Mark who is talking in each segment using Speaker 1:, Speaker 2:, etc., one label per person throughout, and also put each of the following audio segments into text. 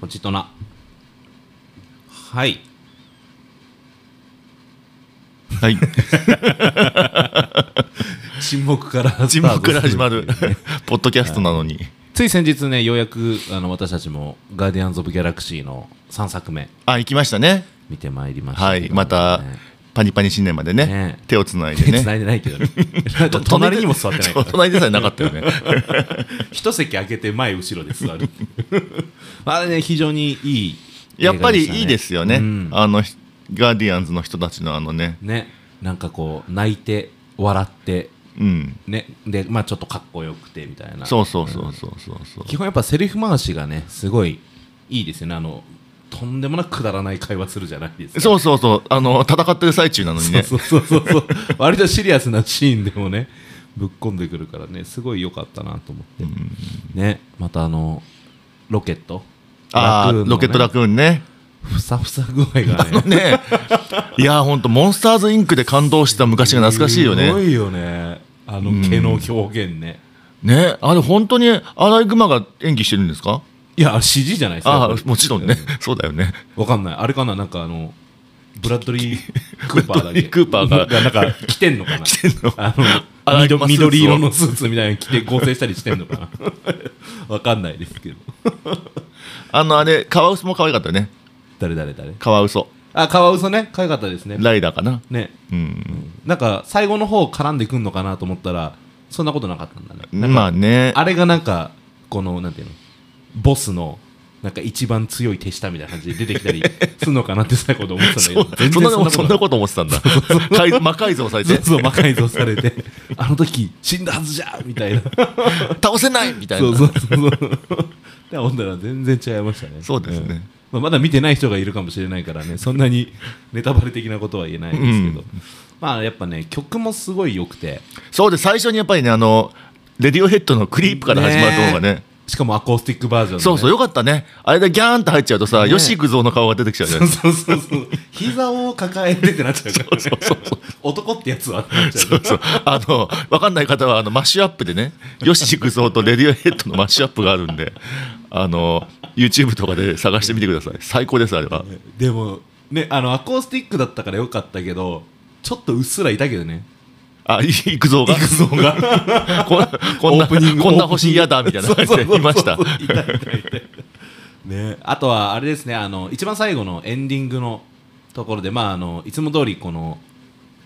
Speaker 1: ポチトナはい
Speaker 2: はい。
Speaker 1: 沈黙からス
Speaker 2: 沈
Speaker 1: タートする
Speaker 2: 黙から始まる、 ポッドキャストなのに。
Speaker 1: つい先日ねようやくあの私たちも「ガーディアンズ・オブ・ギャラクシー」の3作目
Speaker 2: あ、行きましたね。
Speaker 1: 見てまいりました
Speaker 2: は
Speaker 1: けどね、
Speaker 2: い。また、パニパニ新年まで
Speaker 1: ね
Speaker 2: ね、手をつないで
Speaker 1: 手繋
Speaker 2: ね。
Speaker 1: いでないけど ねなんか 隣にも座ってない
Speaker 2: そう 隣でさえなかったよね。
Speaker 1: 一席空けて前後ろで座る あれね非常にいい
Speaker 2: やっぱ
Speaker 1: 映画した
Speaker 2: りいいですよね
Speaker 1: うん。
Speaker 2: あの、ガーディアンズの人たちのあのね、
Speaker 1: ねなんかこう泣いて笑って
Speaker 2: うん。
Speaker 1: ねでまあちょっとかっこよくてみたいな
Speaker 2: そうそうそうそうそうそう。
Speaker 1: 基本やっぱセリフ回しがねすごいいいですよねあのとんでもなくくだらない会話するじゃないですか
Speaker 2: そうそうそう、あの、戦ってる最中なのにね。
Speaker 1: そうそうそうそう 割とシリアスなシーンでもねぶっ込んでくるからねすごい良かったなと思って、ねまたあのロケット
Speaker 2: あ
Speaker 1: ラクーンの
Speaker 2: あ、
Speaker 1: ね
Speaker 2: ロケットラクーンね。
Speaker 1: ふさふさ具合がね
Speaker 2: ねいや、ほんと、モンスターズインクで感動してた昔が懐かしいよ
Speaker 1: すご
Speaker 2: ね。
Speaker 1: いよねあの毛の表現ね、
Speaker 2: ね、あれ、本当にアライグマが演技してるんですか
Speaker 1: いや CG じゃないですか
Speaker 2: あ
Speaker 1: やっ
Speaker 2: あ
Speaker 1: ぱり
Speaker 2: もちろんね そうだよね
Speaker 1: わかんないあれかななんかあのブラッドリ ー・クーパーだっけ
Speaker 2: ブラッドリークーパーが
Speaker 1: なんか着てんのかな
Speaker 2: てんの
Speaker 1: あ
Speaker 2: ア
Speaker 1: の
Speaker 2: ライグ
Speaker 1: 緑
Speaker 2: マスーツを
Speaker 1: 緑色のスーツみたいなの着て合成したりしてんのかな わかんないですけど
Speaker 2: あのあれカワウソも可愛かったよね
Speaker 1: 誰誰誰
Speaker 2: カワウソ
Speaker 1: あカワウソね可愛かったですね
Speaker 2: ライダーかな
Speaker 1: ね
Speaker 2: うん
Speaker 1: なんか最後の方絡んでくんのかなと思ったらそんなことなかったんだねなんか
Speaker 2: まあね
Speaker 1: あれがなんかこのなんていうのボスのなんか一番強い手下みたいな感じで出てきたりするのかなって最後で思ってたん
Speaker 2: そ
Speaker 1: だ
Speaker 2: う
Speaker 1: けど全
Speaker 2: そん
Speaker 1: 然
Speaker 2: な
Speaker 1: そんなこと
Speaker 2: そん
Speaker 1: な
Speaker 2: ないこと思ってたんだ 改魔改造され
Speaker 1: そ
Speaker 2: て
Speaker 1: うそう魔改造されてあの時死んだはずじゃみたいな
Speaker 2: 倒せないみたい
Speaker 1: そう
Speaker 2: な
Speaker 1: そうそうそうでほんだら全然違いましたね
Speaker 2: そうですね
Speaker 1: まあ、まだ見てない人がいるかもしれないからねそんなにネタバレ的なことは言えないですけど、
Speaker 2: うん
Speaker 1: まあやっぱね曲もすごい良くて
Speaker 2: そうで最初にやっぱりねあのレディオヘッドのクリープから始まる動画ね
Speaker 1: しかもアコースティックバージョンでね、
Speaker 2: そうそうよかったねあれでギャーンって入っちゃうとさ
Speaker 1: ね
Speaker 2: よし行くぞの顔が出てきちゃうじゃない
Speaker 1: そうそうそう膝を抱えてってなっちゃうから、ね、男ってやつはってなっちゃう
Speaker 2: そうそうあの分かんない方はあのマッシュアップでねよし行くぞとレディオヘッドのマッシュアップがあるんであの YouTube とかで探してみてください最高ですあれは
Speaker 1: でもねあのアコースティックだったからよかったけどちょっとうっすらいたけどね
Speaker 2: あ、い行くぞが。
Speaker 1: ゾウが
Speaker 2: こんこん
Speaker 1: オ
Speaker 2: な、
Speaker 1: ープニング
Speaker 2: こんな星嫌だみたいな感じでいました
Speaker 1: そう。そうそういたいたいたねあとはあれですねあの一番最後のエンディングのところでまああのいつも通りこの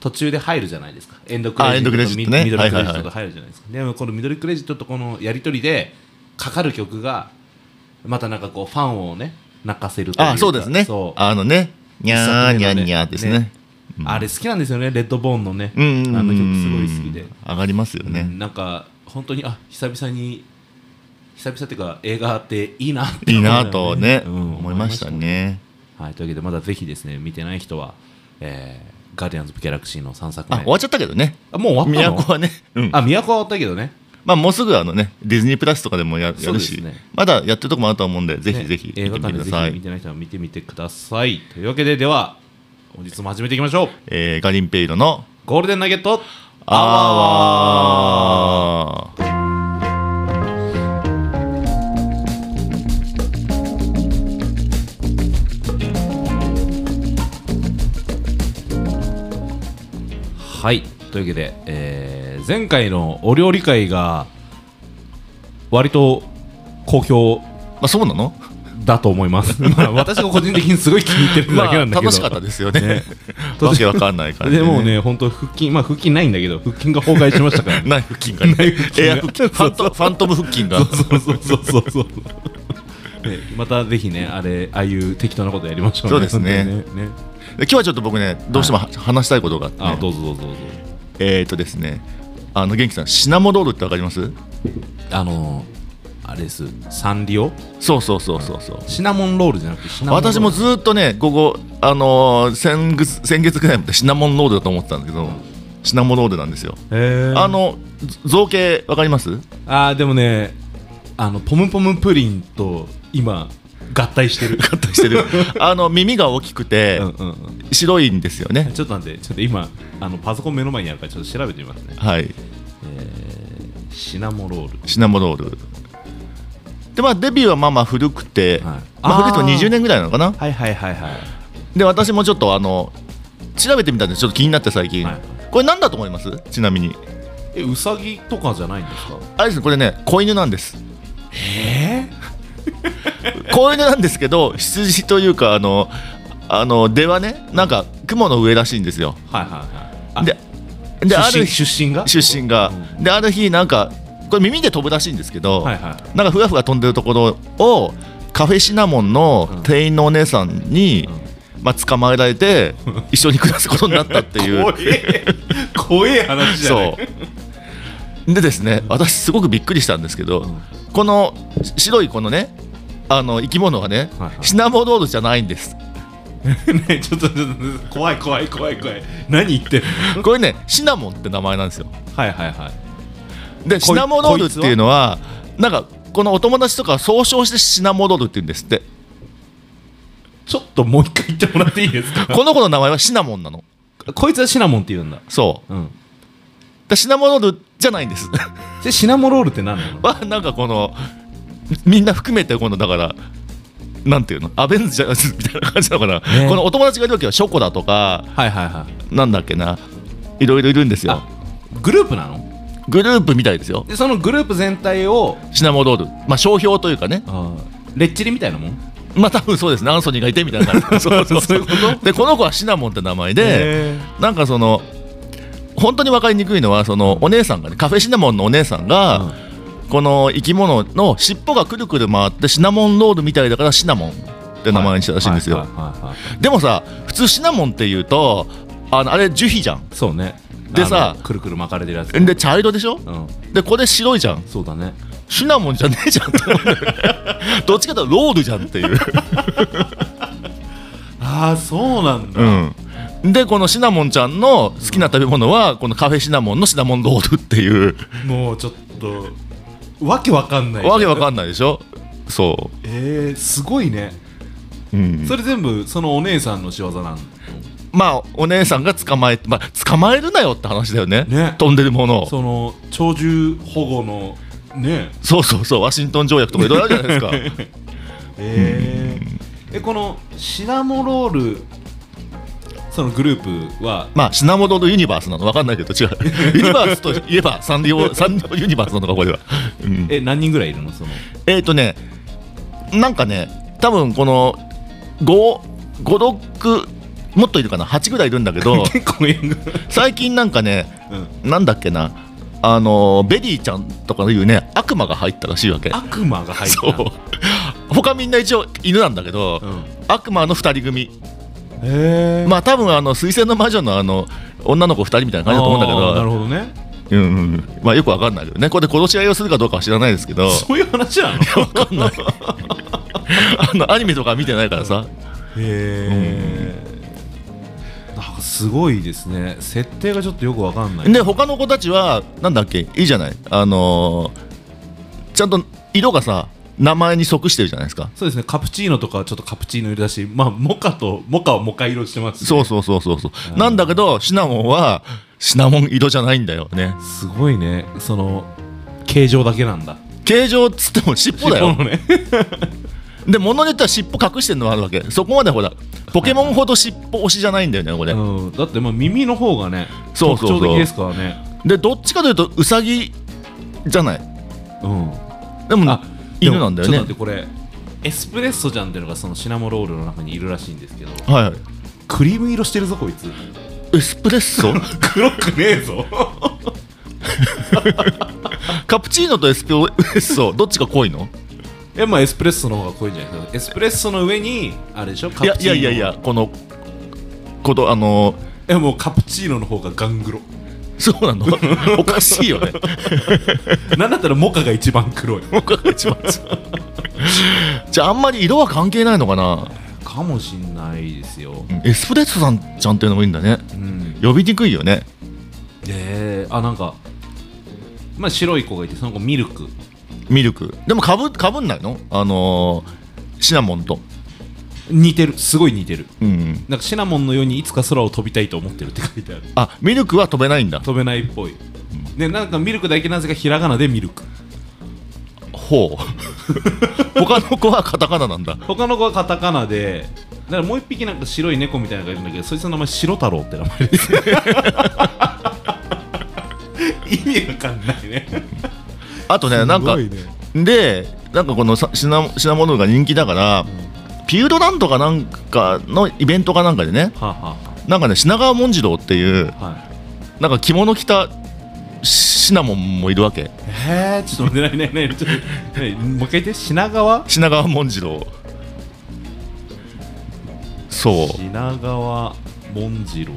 Speaker 1: 途中で入るじゃないですかエンドクレジット
Speaker 2: あエンドクレジットね
Speaker 1: ミミドルクレジ
Speaker 2: は
Speaker 1: ッ
Speaker 2: いはい
Speaker 1: トと
Speaker 2: はい
Speaker 1: 入るじゃないですか、でもこのミドルクレジットとこのやり取りでかかる曲がまたなんかこうファンをね泣かせるというか
Speaker 2: あ、そうですね
Speaker 1: そ。う
Speaker 2: あのね、にゃーにゃーにゃーですね
Speaker 1: ね。あれ好きなんですよねレッドボーンのね、
Speaker 2: うんうんうん。
Speaker 1: あの曲すごい好きで、
Speaker 2: 上がりますよ
Speaker 1: う
Speaker 2: ね
Speaker 1: ん。なんか本当にあ久々に久々っていうか映画っていいなって
Speaker 2: いい
Speaker 1: 思うよ
Speaker 2: なとね、
Speaker 1: うん
Speaker 2: 思いましたね。
Speaker 1: はいというわけでまだぜひですね見てない人は、えーガーディアンズ・オブ・ギャラクシー」の3作目
Speaker 2: あ、終わっちゃったけどね。
Speaker 1: あもう終わったの
Speaker 2: 都はね、うん。
Speaker 1: あ都は終わったけどね
Speaker 2: まあ、もうすぐあのね、ディズニープラスとかでもやや
Speaker 1: そう
Speaker 2: る
Speaker 1: で
Speaker 2: し
Speaker 1: すね、
Speaker 2: まだやってるとこもあると思うんで、ぜひ
Speaker 1: ね
Speaker 2: ぜひ
Speaker 1: 映
Speaker 2: 見
Speaker 1: 画館
Speaker 2: てみてく
Speaker 1: で
Speaker 2: だ
Speaker 1: ぜ
Speaker 2: さ
Speaker 1: ひ見
Speaker 2: い。
Speaker 1: てない人は見てみてくださいというわけででは本日も始めていきましょう
Speaker 2: えーガリンペイロの、
Speaker 1: ゴールデンナゲット
Speaker 2: あ
Speaker 1: アワー
Speaker 2: わー。
Speaker 1: はいというわけで、えー前回のお料理会が割と好評
Speaker 2: まあ、そうなの
Speaker 1: だと思い ます。まあ私が個人的にすごい気に入ってるだ
Speaker 2: ま
Speaker 1: けな
Speaker 2: あ、
Speaker 1: んだけど。
Speaker 2: 楽しかったですよね
Speaker 1: ね。
Speaker 2: わけわかんない感じ
Speaker 1: でもね、本当腹筋、まあ腹筋ないんだけど、腹筋が崩壊しました からね。
Speaker 2: ない腹筋がね
Speaker 1: ない腹筋が
Speaker 2: エア腹筋ファントファントム腹筋が
Speaker 1: そうそうそうそうそう。 ねまたぜひね、あれ、ああいう適当なことやりましょうね。
Speaker 2: そうですね
Speaker 1: 本当にね。ね
Speaker 2: 今日はちょっと僕ねどうしてもは話したいことがあってね、
Speaker 1: あ、どうぞどうぞどうぞ。
Speaker 2: えっ、ー、とですねあの元気さんシナモロールってわかります
Speaker 1: あのー、あれです、サンリオ
Speaker 2: そうそうそうそうそう
Speaker 1: シナモンロールじゃなくてシナモンロール
Speaker 2: 私もずーっとねここあのー先月先月ぐらいまでシナモンロールだと思ってたんだけどシナモロールなんですよ
Speaker 1: へー
Speaker 2: あのず造形わかります
Speaker 1: あーでもねあのポムポムプリンと今合体してる
Speaker 2: カットし てるあの耳が大きくて、
Speaker 1: うんうんうん
Speaker 2: 白いんですよね
Speaker 1: ちょっと待ってちょっと今あのパソコン目の前にあるからちょっと調べてみますね、
Speaker 2: はい
Speaker 1: えーシナモロール
Speaker 2: シナモロールでまあデビューはまあまあ古くて、
Speaker 1: い
Speaker 2: まあ古くても
Speaker 1: あー
Speaker 2: 20年ぐらいなのかな
Speaker 1: はいはいはいはい
Speaker 2: で私もちょっとあの調べてみたんですちょっと気になって最近、
Speaker 1: はい
Speaker 2: これ何だと思いますちなみに
Speaker 1: えウサギとかじゃないんですか
Speaker 2: あれですねこれね子犬なんです
Speaker 1: え
Speaker 2: 子犬なんですけど羊というかあのあの出はねなんか雲の上らしいんですよ
Speaker 1: はいはいはい
Speaker 2: で
Speaker 1: あ
Speaker 2: であ
Speaker 1: 出
Speaker 2: る
Speaker 1: 身
Speaker 2: 日
Speaker 1: 出身が
Speaker 2: 出身が
Speaker 1: うん
Speaker 2: である日なんかこれ耳で飛ぶらしいんですけど、
Speaker 1: はいはい
Speaker 2: なんかふわふわ飛んでるところをカフェシナモンの店員のお姉さんに、まあ、捕まえられて一緒に暮らすことになったっていう
Speaker 1: 怖え怖え話じゃない
Speaker 2: そうでですね私すごくびっくりしたんですけど、
Speaker 1: ん
Speaker 2: このし白いこのねあの生き物はね、
Speaker 1: はいはい
Speaker 2: シナモロードじゃないんです
Speaker 1: ねちょっとちょっと怖い怖い怖い怖い何言ってんの
Speaker 2: これねシナモンって名前なんですよ
Speaker 1: はいはいはい
Speaker 2: で
Speaker 1: い
Speaker 2: シナモロールっていうのはなんかこのお友達とか総称してシナモロールって言うんですって
Speaker 1: ちょっともう一回言ってもらっていいですか
Speaker 2: この子の名前はシナモンなの
Speaker 1: こいつはシナモンって言うんだ
Speaker 2: そう
Speaker 1: うん
Speaker 2: だシナモロールじゃないんです
Speaker 1: でシナモロールって何なの
Speaker 2: はなんかこのみんな含めてこのだからなんていうのアベンズじゃないみたいな感じなのかな、
Speaker 1: ね
Speaker 2: このお友達がいる時はショコだとか
Speaker 1: はいはいはい
Speaker 2: なんだっけないろいろいるんですよ
Speaker 1: あグループなの
Speaker 2: グループみたいですよ
Speaker 1: でそのグループ全体を
Speaker 2: シナモロールまあ商標というかね
Speaker 1: あーレッチリみたいなもん
Speaker 2: まあ多分そうですねアンソニーがいてみたいな感じ そうそう
Speaker 1: そういうこと
Speaker 2: でこの子はシナモンって名前でなんかその本当に分かりにくいのはそのお姉さんがねカフェシナモンのお姉さんが、
Speaker 1: うん
Speaker 2: この生き物の尻尾がくるくる回ってシナモンロールみたいだからシナモンって名前にしたらしいんですよ、
Speaker 1: はいはいはいはい
Speaker 2: でもさ普通シナモンっていうとあのあれ樹皮じゃん
Speaker 1: そうね
Speaker 2: で
Speaker 1: あ
Speaker 2: さ
Speaker 1: のくるくる巻かれてるやつ
Speaker 2: で茶色でしょ
Speaker 1: うん
Speaker 2: でこれ白いじゃん
Speaker 1: そうだね
Speaker 2: シナモンじゃねえじゃんどっちかというとロールじゃんっていう、
Speaker 1: ああそうなんだ
Speaker 2: うん、でこのシナモンちゃんの好きな食べ物はこのカフェシナモンのシナモンロールっていう
Speaker 1: もうちょっとわけわかんない
Speaker 2: わけわかんないでしょそ
Speaker 1: えー、すごいね
Speaker 2: う、うん、
Speaker 1: それ全部そのお姉さんの仕業なん
Speaker 2: まあお姉さんが捕まえて、まあ、捕まえるなよって話だよね
Speaker 1: ね
Speaker 2: 飛んでるものを
Speaker 1: その鳥獣保護のね
Speaker 2: そうそうそうワシントン条約とかいろいろあるじゃないですか
Speaker 1: えー、えこのシナモロールそのグループは
Speaker 2: まあシナモロールユニバースなのわかんないけど違うユニバースといえばサンリオサンリオユニバースなのかこれは、うん
Speaker 1: え何人ぐらいいるのその
Speaker 2: えっ、ー、とねなんかね多分この556もっといるかな8ぐらいいるんだ けど
Speaker 1: 結構いる
Speaker 2: 最近なんかね
Speaker 1: うん
Speaker 2: なんだっけなあのベリーちゃんとかいうね悪魔が入ったらしいわけ
Speaker 1: 悪魔が入った
Speaker 2: そう他みんな一応犬なんだけど、
Speaker 1: うん
Speaker 2: 悪魔の2人組
Speaker 1: へえ
Speaker 2: まあ多分あの水星の魔女のあの女の子2人みたいな感じだと思うんだけど
Speaker 1: なるほどね
Speaker 2: うんうんうんまあよくわかんないけどねこれで殺し合いをするかどうかは知らないです けど
Speaker 1: そういう話 なのへ
Speaker 2: あのアニメとか見てないからさ
Speaker 1: えなんかすごいですね設定がちょっとよくわかんない
Speaker 2: で他の子たちはなんだっけいいじゃないあのーちゃんと色がさ名前に即してるじゃないですか
Speaker 1: そうですねカプチーノとかはちょっとカプチーノ入れだしまあモカとモカはモカ色してます
Speaker 2: そうそうそうそうそうなんだけどシナモンはシナモン色じゃないんだよね
Speaker 1: すごいねその形状だけなんだ
Speaker 2: 形状っつっても尻尾だよ
Speaker 1: 尻尾のね
Speaker 2: で物によっては尻尾隠してるのもあるわけそこまでほらポケモンほど尻尾推しじゃないんだよねこれ、
Speaker 1: うんだってまあ耳の方がね
Speaker 2: そうそうそう
Speaker 1: 特徴的ですからね
Speaker 2: でどっちかというとウサギじゃない
Speaker 1: うん
Speaker 2: でも
Speaker 1: あ
Speaker 2: 犬なんだよね
Speaker 1: でもちょっと待ってこれエスプレッソちゃんっていうのがそのシナモロールの中にいるらしいんですけど
Speaker 2: はいはい
Speaker 1: クリーム色してるぞこいつ
Speaker 2: エスプレ ッソ
Speaker 1: 黒くねえぞ
Speaker 2: カプチーノとエスプレッソどっちが濃いの
Speaker 1: えまあエスプレッソの方が濃いんじゃないですかエスプレッソの上にあれでしょカ
Speaker 2: い
Speaker 1: プ
Speaker 2: や
Speaker 1: チーノ
Speaker 2: いやいやいやこのことあの
Speaker 1: えもうカプチーノの方がガングロ
Speaker 2: そ うなのおかしいよね
Speaker 1: なんだったらモカが一番黒い
Speaker 2: 僕が一番じゃああんまり色は関係ないのかな
Speaker 1: かもしんないですよ、
Speaker 2: うんエスプレッソさんちゃんっていうのもいいんだね
Speaker 1: うん、
Speaker 2: 呼びにくいよね
Speaker 1: であなんかまあ白い子がいてその子ミルク
Speaker 2: ミルクでもかぶかぶんないのあのーシナモンと
Speaker 1: 似てるすごい似てる
Speaker 2: うん
Speaker 1: なんかシナモンのようにいつか空を飛びたいと思ってるって書いてある
Speaker 2: あミルクは飛べないんだ
Speaker 1: 飛べないっぽいでなんかミルクだけなぜかひらがなでミルク
Speaker 2: ほう 他の子はカタカナなんだ
Speaker 1: 他の子はカタカナでだからもう一匹なんか白い猫みたいなのがいるんだけどそいつの名前白太郎って名前です 意味わかんないね
Speaker 2: あとねなんかでなんかこのさ品品物が人気だから、ピューロランドかなんかのイベントかなんかでね
Speaker 1: はあ、は
Speaker 2: なんかね品川文次郎っていう
Speaker 1: あはあ、はい
Speaker 2: なんか着物着たシシナモンもいるわけ
Speaker 1: えー、ちょっと待ってないないないちょっとねもう一回言って品川
Speaker 2: 品川文次郎そう
Speaker 1: 品川文次郎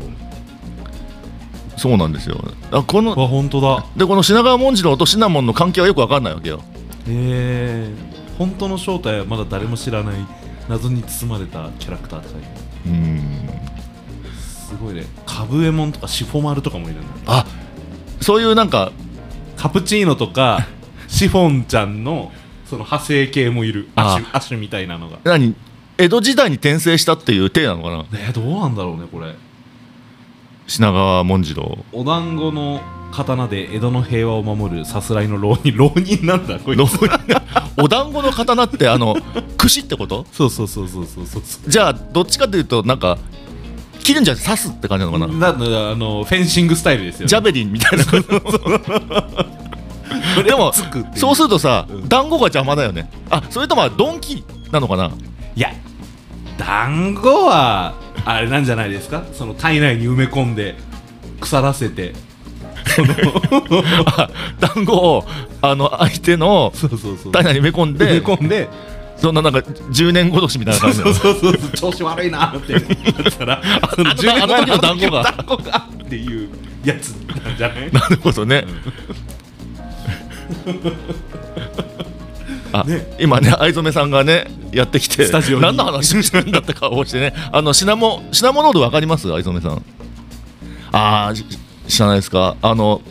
Speaker 2: そうなんですよあこ
Speaker 1: う
Speaker 2: の
Speaker 1: わ本当だ
Speaker 2: でこの品川文次郎とシナモンの関係はよくわかんないわけよ
Speaker 1: えー、本当の正体はまだ誰も知らない謎に包まれたキャラクターって書いてある
Speaker 2: うん
Speaker 1: すごいねカブエモンとかシフォマルとかもいるんだね
Speaker 2: あそういうなんか
Speaker 1: カプチーノと かシフォンちゃんのその派生系もいる
Speaker 2: あ
Speaker 1: アシュアシュみたいなのが
Speaker 2: 何江戸時代に転生したっていう体なのかな
Speaker 1: ねどうなんだろうねこれ
Speaker 2: 品川文次郎
Speaker 1: お団子の刀で江戸の平和を守るさすらいの浪 人浪人なんだこいつ
Speaker 2: の お団子の刀ってあの串ってこと
Speaker 1: そうそうそうそうそうそうそう
Speaker 2: じゃあどっちかというとなんか切るんじゃなくて刺すって感じなのかな
Speaker 1: なんだあのフェンシングスタイルですよ、ね、
Speaker 2: ジャベリンみたいな感じ
Speaker 1: これ
Speaker 2: でも
Speaker 1: つくってい
Speaker 2: そうするとさ
Speaker 1: うん
Speaker 2: 団子が邪魔だよねあそれとまあドンキなの かない
Speaker 1: や団子はあれなんじゃないですかその体内に埋め込んで腐らせて
Speaker 2: あ団子をあの相手の
Speaker 1: そうそうそう
Speaker 2: 体内に埋め込ん
Speaker 1: 埋め
Speaker 2: で
Speaker 1: 込ん で
Speaker 2: そんななんか10年殺しみたいな
Speaker 1: そ
Speaker 2: 感
Speaker 1: う
Speaker 2: じな
Speaker 1: そ
Speaker 2: の
Speaker 1: うそうそう調子悪いなってなった らその
Speaker 2: あのあの時の団子が
Speaker 1: 団子がっていうやつなんじゃない
Speaker 2: なるほどね。 あ
Speaker 1: ね
Speaker 2: 今ね藍染さんがねやってきて
Speaker 1: スタジオに
Speaker 2: 何の話をしてるんだって顔をしてねあのシナモシナモロールわかります藍染さんああ知らないですかあの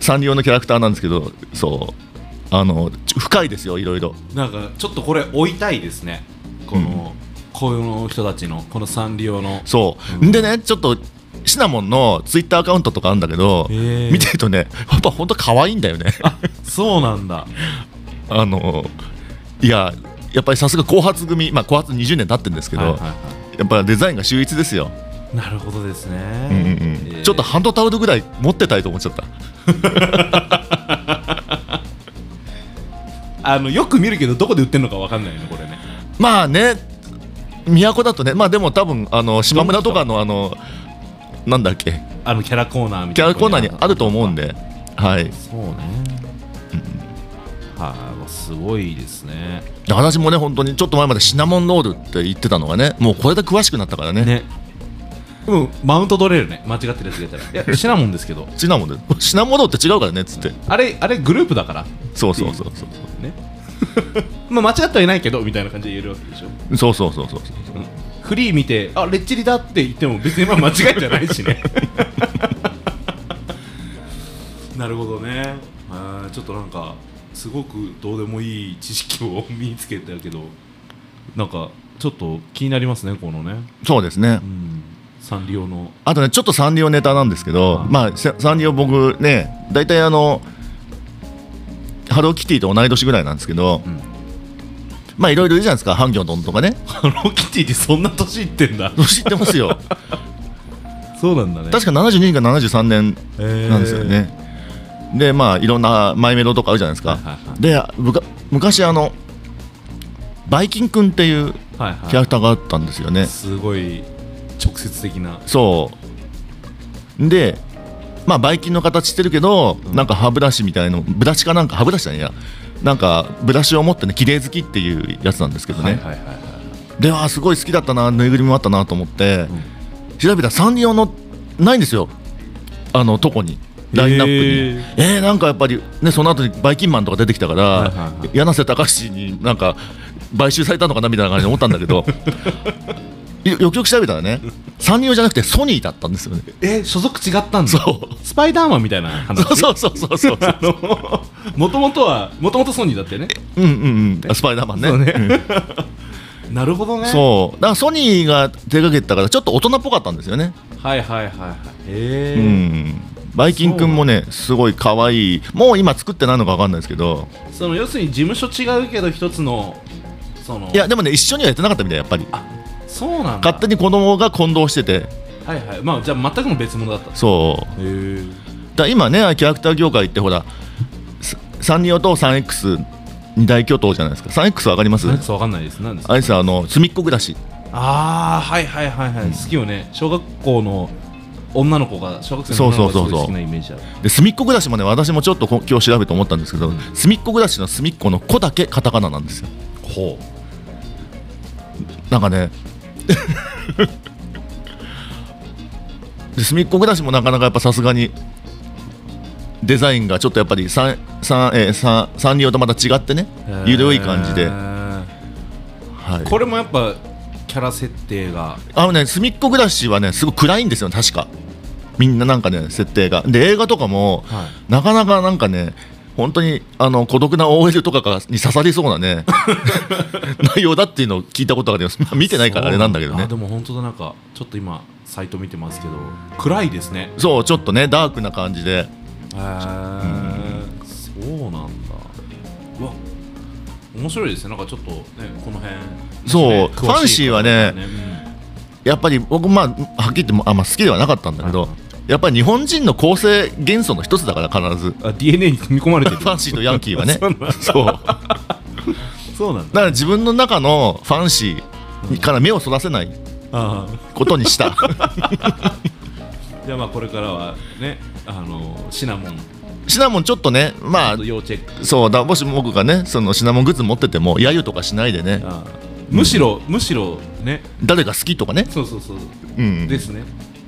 Speaker 2: サンリオのキャラクターなんですけどそうあのちょ深いですよいろいろ
Speaker 1: なんかちょっとこれ追いたいですねこの、この人たちのこのサンリオの
Speaker 2: そう、でねちょっとシナモンのツイッターアカウントとかあるんだけど
Speaker 1: へー
Speaker 2: 見てるとねやっぱ本当可愛いんだよね
Speaker 1: そうなんだ
Speaker 2: あのいややっぱりさすが後発組、まあ、後発20年経ってるんですけど、
Speaker 1: はいはいは
Speaker 2: やっぱデザインが秀逸ですよ、
Speaker 1: いなるほどですね、
Speaker 2: うんうんうん
Speaker 1: えー
Speaker 2: ちょっとハンドタオルぐらい持ってたいと思っちゃった
Speaker 1: あのよく見るけどどこで売ってるのかわかんないよねこれね
Speaker 2: まあね都だとねまあでも多分あの島村とかのあのなんだっけ
Speaker 1: あのキャラコーナーみ
Speaker 2: キ
Speaker 1: たい
Speaker 2: ャ
Speaker 1: な
Speaker 2: ラ
Speaker 1: と
Speaker 2: コ
Speaker 1: こ
Speaker 2: ーナーにあると思うんではい
Speaker 1: そうね、はいすごいですね
Speaker 2: で私もね本当にちょっと前までシナモンロールって言ってたのがねもうこれで詳しくなったからね
Speaker 1: ねでもマウント取れるね間違ってるやつがいたらいやシナモンですけど
Speaker 2: シナモンでシナモンロールって違うからねっつって
Speaker 1: あれあれグループだから
Speaker 2: そうそうそうそう
Speaker 1: ね まあ間違ってはいないけどみたいな感じで言えるわけでしょ
Speaker 2: そうそうそうそうそう
Speaker 1: フリー見てあレッチリだって言っても別にまあ間違いじゃないし ねなるほどねあーちょっとなんかすごくどうでもいい知識を身につけてるけどなんかちょっと気になりますねこのね、
Speaker 2: そうですね
Speaker 1: うん、サンリオの
Speaker 2: あとねちょっとサンリオネタなんですけど、
Speaker 1: はい
Speaker 2: まあせサンリオ僕ね大体あのハローキティと同い年ぐらいなんですけど、
Speaker 1: うん
Speaker 2: まあいろいろいるじゃないですかハンギョドンとかね
Speaker 1: ハローキティってそんな年いってんだ
Speaker 2: 知ってま すよ
Speaker 1: そうなんだね
Speaker 2: 確か72年か73年なんですよね、でまあいろんなマイメロとかあるじゃないですか、
Speaker 1: はいはいはい
Speaker 2: でむか昔あのバイキンくんっていう
Speaker 1: はいはい
Speaker 2: キャラクターがあったんですよね、
Speaker 1: すごい直接的な
Speaker 2: そうでまあばい菌の形してるけど、なんか歯ブラシみたいなブラシかなんか歯ブラシじゃねえやなんかブラシを持ってね綺麗好きっていうやつなんですけどね、
Speaker 1: はいはいはいはい
Speaker 2: であーすごい好きだったなぬいぐるみもあったなと思って、調べたらサンリオのないんですよあのとこにラインナップにえーなんかやっぱりねその後にバイキンマンとか出てきたから、
Speaker 1: いはいは
Speaker 2: 柳瀬隆史になんか買収されたのかなみたいな感じで思ったんだ けどよよくよく調べたらねサンリオじゃなくてソニーだったんですよね
Speaker 1: え所属違ったんだ
Speaker 2: そう
Speaker 1: スパイダーマンみたいな話
Speaker 2: そうそうそうそ うそう。
Speaker 1: もともとはもともとソニーだってね
Speaker 2: うんうんうん。スパイダーマンね。
Speaker 1: そうね
Speaker 2: ん
Speaker 1: なるほどね
Speaker 2: そう。だからソニーが手掛けてたからちょっと大人っぽかったんですよね。
Speaker 1: はいはいはいはいへえ、
Speaker 2: うん。バイキンくんもねすごい可愛いもう今作ってないのか分かんないですけど
Speaker 1: その要するに事務所違うけど一つのその
Speaker 2: いやでもね一緒にはやってなかったみたいやっぱり
Speaker 1: そうなんだ
Speaker 2: 勝手に子供が混同してて
Speaker 1: はいはいまあじゃあ全くの別物だったへ
Speaker 2: そう
Speaker 1: え
Speaker 2: だ今ねキャラクター業界ってほらさサンリオと 3X 二大巨頭じゃないですか 3X わかります
Speaker 1: 何かわかんないです何ですか
Speaker 2: あいつあの隅っこ暮らし
Speaker 1: ああはいはいはいはい、好きよね小学校の女の子が小学生の
Speaker 2: そう
Speaker 1: 女
Speaker 2: そ
Speaker 1: の子がす
Speaker 2: うそうそう
Speaker 1: ごい好きなイメージある
Speaker 2: で隅っこ暮らしもね私もちょっとこ今日調べて思ったんですけど、隅っこ暮らしの隅っこの「こ」だけカタカナなんですよ
Speaker 1: ほ
Speaker 2: なんかねで隅っこ暮らしもなかなかやっぱさすがにデザインがちょっとやっぱりサンサンえーサンサンリオとまた違ってね
Speaker 1: う
Speaker 2: 緩い感じ
Speaker 1: へ
Speaker 2: で、
Speaker 1: ー
Speaker 2: はい、
Speaker 1: これもやっぱキャラ設定が
Speaker 2: あのね、隅っこ暮らしはね、すごい暗いんですよ、確か。みんななんかね、設定が。で、映画とかも、
Speaker 1: は
Speaker 2: なかなかなんかね、本当にあの孤独な OL とかがに刺さりそうな ね、内容だっていうのを聞いたことがあります。まあ見てないからあれなんだけど
Speaker 1: あ
Speaker 2: ね
Speaker 1: で。も本当だなんかちょっと今サイト見てますけど暗いですね
Speaker 2: そう、ちょっとね、ダークな感じで。
Speaker 1: へえそうなんだうわ面白いですねなんかちょっとねこの辺
Speaker 2: そう
Speaker 1: もしね
Speaker 2: ファンシーは
Speaker 1: 詳
Speaker 2: ね
Speaker 1: しい方はね
Speaker 2: やっぱり僕、まあ、はっきり言ってもあ、まあ、好きではなかったんだけど、
Speaker 1: はい
Speaker 2: やっぱり日本人の構成元素の一つだから、 必ず。
Speaker 1: うんあ DNA に組み込まれてる
Speaker 2: ファンシーとヤンキーはね。そう。
Speaker 1: そうなんだ
Speaker 2: だから自分の中のファンシーから目をそらせない
Speaker 1: あ
Speaker 2: ことにした。
Speaker 1: あじゃあまあこれからはねあのシナモン
Speaker 2: シナモンちょっとね、まあ
Speaker 1: と、要チェック
Speaker 2: そうだ、もし僕がね、そのシナモングッズ持ってても、揶揄とかしないでね、
Speaker 1: ああむしろむしろね
Speaker 2: 誰が好きとかね、
Speaker 1: そうそうそう
Speaker 2: うん、
Speaker 1: ですね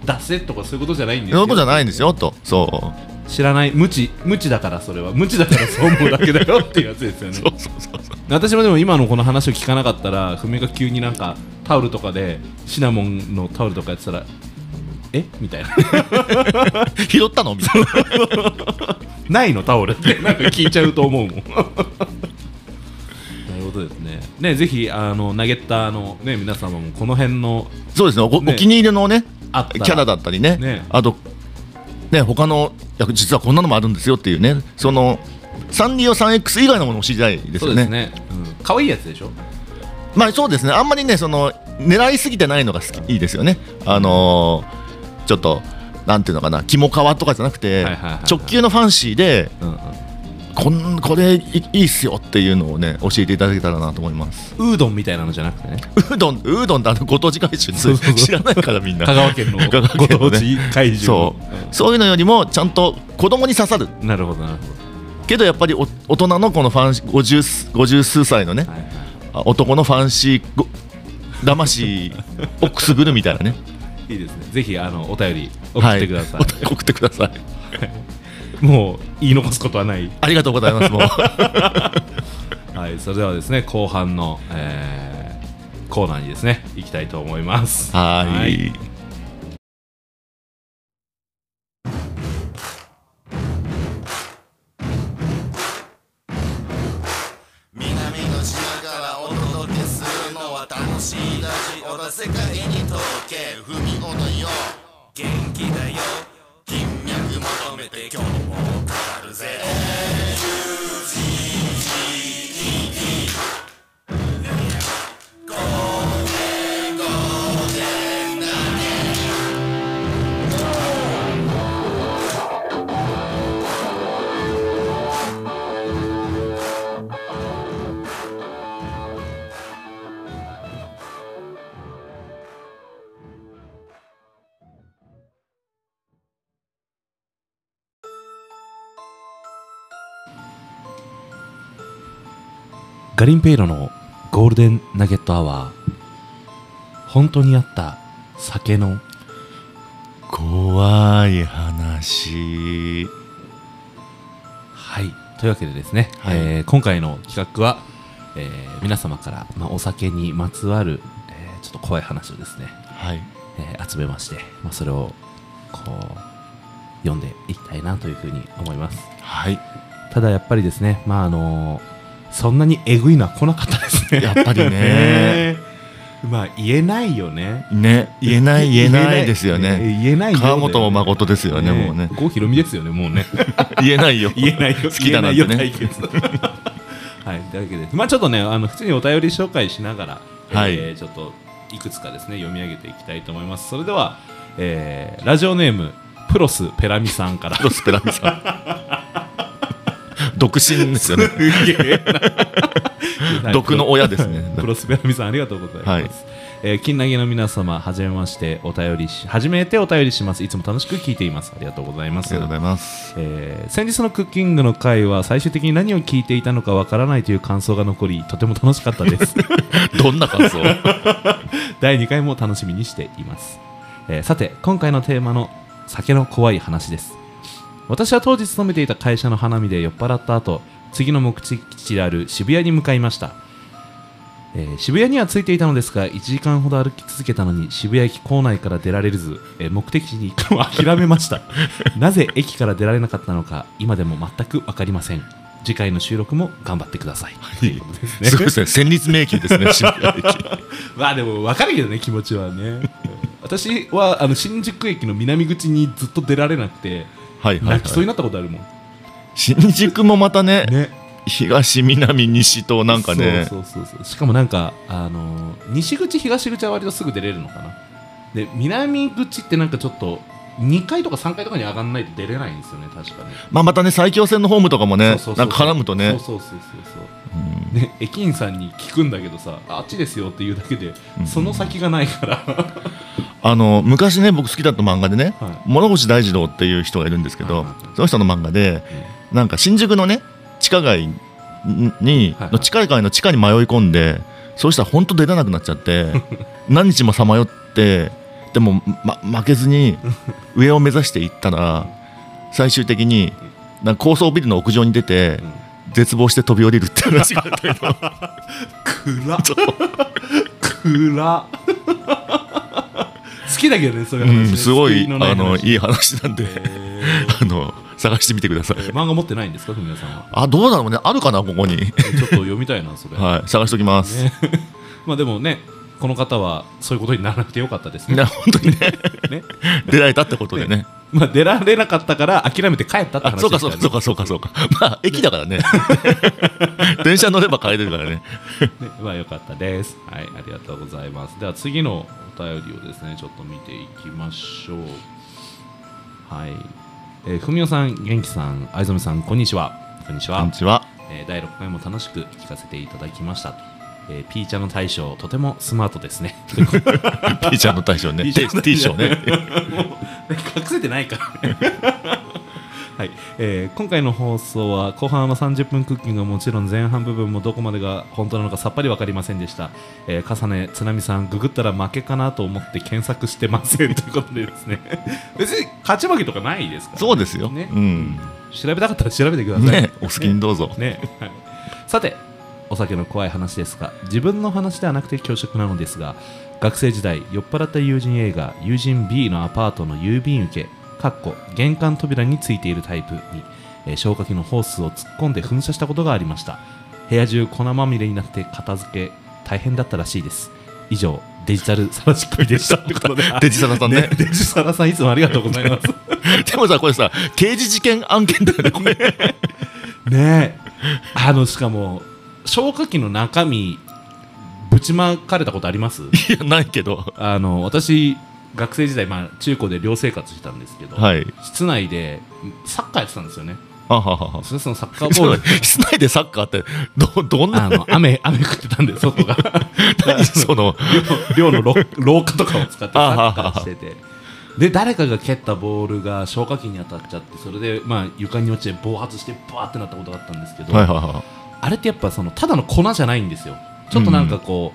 Speaker 1: 出せとかそういうことじゃないんです
Speaker 2: そういうことじゃ
Speaker 1: い
Speaker 2: ないんですよ、と、そ
Speaker 1: 知らない無知無知だからそれは無知だからそう思うだけだよっていうやつですよね
Speaker 2: う、 そうそうそうそう、
Speaker 1: 私もでも今のこの話を聞かなかったらふみが急になんかタオルとかでシナモンのタオルとかやってたらえみたいな
Speaker 2: 拾ったのみたいな、
Speaker 1: ないのタオルって なんか聞いちゃうと 思うもんなるほどですねねぜひあのナゲッターのね皆様もこの辺の
Speaker 2: そうですねお、お
Speaker 1: ね
Speaker 2: 気に入りのね、
Speaker 1: あった
Speaker 2: キャラだったりね、
Speaker 1: ね
Speaker 2: あと、ね、他の、いや実はこんなのもあるんですよっていうね、その、サンリオ 3X 以外のものも知りたいです
Speaker 1: そう
Speaker 2: よ
Speaker 1: で
Speaker 2: ね。
Speaker 1: すねうん可愛、いやつでしょ
Speaker 2: まあそうですね、あんまりね、その狙いすぎてないのが好きいいですよね。あのーちょっと、なんていうのかな、肝皮とかじゃなく
Speaker 1: は
Speaker 2: て、
Speaker 1: いはいはいはい
Speaker 2: 直球のファンシーで、
Speaker 1: うんうん
Speaker 2: こんこれいいいっすよっていうのをね、教えていただけたらなと思います。
Speaker 1: ウードンみたいなのじゃなくてね
Speaker 2: うーどん、うーどんってあのご当地回収
Speaker 1: そうそうそう
Speaker 2: 知らないからみん
Speaker 1: 香
Speaker 2: な。
Speaker 1: 川県の
Speaker 2: 香川県の
Speaker 1: ご当
Speaker 2: ね
Speaker 1: 地怪獣
Speaker 2: そ
Speaker 1: の
Speaker 2: う、そういうのよりも、ちゃんと子供に刺さる。
Speaker 1: うんなるほどなるほ
Speaker 2: けどやっぱりお大人のこのファンシー、50す50数歳のね
Speaker 1: ど、、はいはい
Speaker 2: あ男のファンシーご、 魂をくすぐるみたいなね。
Speaker 1: いいですね。ぜひあのお便り送ってください。
Speaker 2: はい、 送ってくださ い。
Speaker 1: もう言い残すことはない。
Speaker 2: ありがとうございま す。もう
Speaker 1: はい、それではですね、後半の、えーコーナーにですね、行きたいと思います。
Speaker 2: は
Speaker 1: はいい。
Speaker 3: 南の島からお届けするのは楽しいラジオだ世界に届け文をのよ元気だよ金脈求めて今日も語るぜ
Speaker 1: ガリンペイロのゴールデンナゲットアワー。本当にあった酒の
Speaker 2: 怖い話。
Speaker 1: はい。というわけでですね、
Speaker 2: はい
Speaker 1: えー今回の企画は、えー皆様から、まあ、お酒にまつわる、えーちょっと怖い話をですね、
Speaker 2: はい。
Speaker 1: えー集めまして、まあ、それをこう読んでいきたいなというふうに思います。
Speaker 2: はい。
Speaker 1: ただやっぱりですね、 まああのそんなにえぐいのは来なかったですね。。
Speaker 2: やっぱりね
Speaker 1: まあ言えないよね
Speaker 2: ね言えない 言えないですよね
Speaker 1: 言えないよ
Speaker 2: 川本誠ですよねもうね
Speaker 1: 郷ひろみですよね もうね
Speaker 2: 言えないよ
Speaker 1: 言えないよ
Speaker 2: 好きだなんて
Speaker 1: 言えない
Speaker 2: ね
Speaker 1: よ対決 はいというわけでまあちょっとねあの普通にお便り紹介しながら、
Speaker 2: はい
Speaker 1: えーちょっといくつかですね読み上げていきたいと思いますそれでは、えーラジオネームプロスペラミさんから
Speaker 2: ロスペランサ 独身ですよ ね
Speaker 1: すげえな
Speaker 2: 毒の親です ね
Speaker 1: プロスペラミさんありがとうございます。
Speaker 2: はい
Speaker 1: えー金投げの皆様はじめましてお便りし初めてお便りします。いつも楽しく聞いています。ありがとうございま
Speaker 2: あ
Speaker 1: す。
Speaker 2: りがとうございます
Speaker 1: えー先日のクッキングの回は最終的に何を聞いていたのかわからないという感想が残りとても楽しかったです。
Speaker 2: どんな感想
Speaker 1: 第2回も楽しみにしています、えーさて今回のテーマの酒の怖い話です私は当時勤めていた会社の花見で酔っ払った後次の目的地である渋谷に向かいました、えー渋谷には着いていたのですが1時間ほど歩き続けたのに渋谷駅構内から出られず、えー目的地に行くのを諦めました なぜ駅から出られなかったのか今でも全く分かりません次回の収録も頑張ってください、ということですね
Speaker 2: すごいですね戦慄迷宮 ですね渋谷駅
Speaker 1: まあでも分かるけどね気持ちは ね私はあの新宿駅の南口にずっと出られなくて
Speaker 2: はいはい、
Speaker 1: 泣きそう
Speaker 2: はい、
Speaker 1: になったことあるもん、
Speaker 2: 新宿もまたね
Speaker 1: ね
Speaker 2: 東南西となんかね
Speaker 1: そうそうそうそうしかもなんかあのー西口東口は割とすぐ出れるのかなで南口ってなんかちょっと2階とか3階とかに上がんないと出れないんですよね確かね
Speaker 2: まあ、またね埼京線のホームとかもね
Speaker 1: そうそうそう
Speaker 2: なんか絡むとね
Speaker 1: そうそうそうそうそう
Speaker 2: うん
Speaker 1: で駅員さんに聞くんだけどさああっちですよっていうだけで
Speaker 2: うん
Speaker 1: その先がない から、
Speaker 2: あの昔ね僕好きだった漫画でね、
Speaker 1: は
Speaker 2: 諸星大二郎っていう人がいるんですけど、
Speaker 1: はいはいはい
Speaker 2: その人の漫画でなんか新宿のね地下街に、
Speaker 1: はいはい
Speaker 2: の地下街の地下に迷い込んでそうしたら本当出れなくなっちゃって 何日もさまよってでも、ま、負けずに上を目指していったら最終的になんか高層ビルの屋上に出て
Speaker 1: うん
Speaker 2: 絶望して飛び降りるって 話があったけど
Speaker 1: 暗っ暗っ 好きだけどねそういう
Speaker 2: う
Speaker 1: 話ね、
Speaker 2: ん、すごい
Speaker 1: 救のな
Speaker 2: あの
Speaker 1: 話
Speaker 2: いい話なんで
Speaker 1: えー
Speaker 2: あの探してみてください。
Speaker 1: 漫画持ってないんですかふみやさんは
Speaker 2: あどうだろうねあるかなここに
Speaker 1: ちょっと読みたいなそれ、
Speaker 2: はい探しておきます、
Speaker 1: ねまあでもねこの方はそういうことにならなくてよかったです
Speaker 2: みん
Speaker 1: ね
Speaker 2: な本当にね
Speaker 1: ね
Speaker 2: 出られたってことでね
Speaker 1: まあ出られなかったから諦めて帰ったって話
Speaker 2: あそうかそうかそう
Speaker 1: か
Speaker 2: かそうかそうかまあ駅だからね電車乗れば帰れるからね
Speaker 1: ね、まあよかったですはいありがとうございますでは次のお便りをですねちょっと見ていきましょうはいえーふみおさん元気さん藍染さんこんにちはこんにち
Speaker 2: こ
Speaker 1: は
Speaker 2: んにちは
Speaker 1: えー第6回も楽しく聞かせていただきましたと、えー、ピーちゃんの大将とてもスマート ですね
Speaker 2: P ちゃんの大将ね
Speaker 1: P
Speaker 2: T
Speaker 1: ちゃんの大将
Speaker 2: 賞ね
Speaker 1: 隠せてないからね はい、えー今回の放送は後半は30分クッキングはもちろん前半部分もどこまでが本当なのかさっぱり分かりませんでした、えー、重ね津波さんググったら負けかなと思って検索してませんということでです ね別に勝ち負けとかないですから、
Speaker 2: そうですよ、
Speaker 1: ね
Speaker 2: うん
Speaker 1: 調べたかったら調べてください、
Speaker 2: ねお好きにどうぞ、
Speaker 1: ね、はいさてお酒の怖い話ですが自分の話ではなくて恐縮なのですが学生時代酔っ払った友人 A が友人 B のアパートの郵便受けかっこ玄関扉についているタイプに、えー消火器のホースを突っ込んで噴射したことがありました部屋中粉まみれになって片付け大変だったらしいです以上デジタルさらし組でしたってこと で
Speaker 2: デジサラさんね
Speaker 1: デジサラさんいつもありがとうございます
Speaker 2: でもさこれさ刑事事件案件だよねこれ
Speaker 1: ねえあのしかも消火器の中身ぶちまかれたことあります
Speaker 2: いやないけど
Speaker 1: あの私学生時代、まあ、中高で寮生活してたんですけど、
Speaker 2: はい
Speaker 1: 室内でサッカーやってたんですよね
Speaker 2: あははは
Speaker 1: それそのサッカー
Speaker 2: ち
Speaker 1: ボ
Speaker 2: ょ
Speaker 1: ール
Speaker 2: っと待って 室内でサッカーってどどん
Speaker 1: あ
Speaker 2: な
Speaker 1: の雨雨降ってたんで外 が
Speaker 2: その
Speaker 1: 寮のろ廊下とかを使って
Speaker 2: あは
Speaker 1: サ
Speaker 2: は
Speaker 1: ッカーしててで誰かが蹴ったボールが消火器に当たっちゃってそれで、まあ、床に落ちて暴発してバーってなったことがあったんですけど、
Speaker 2: はいはいは
Speaker 1: あれってやっぱそのただの粉じゃないんですよちょっとなんかこ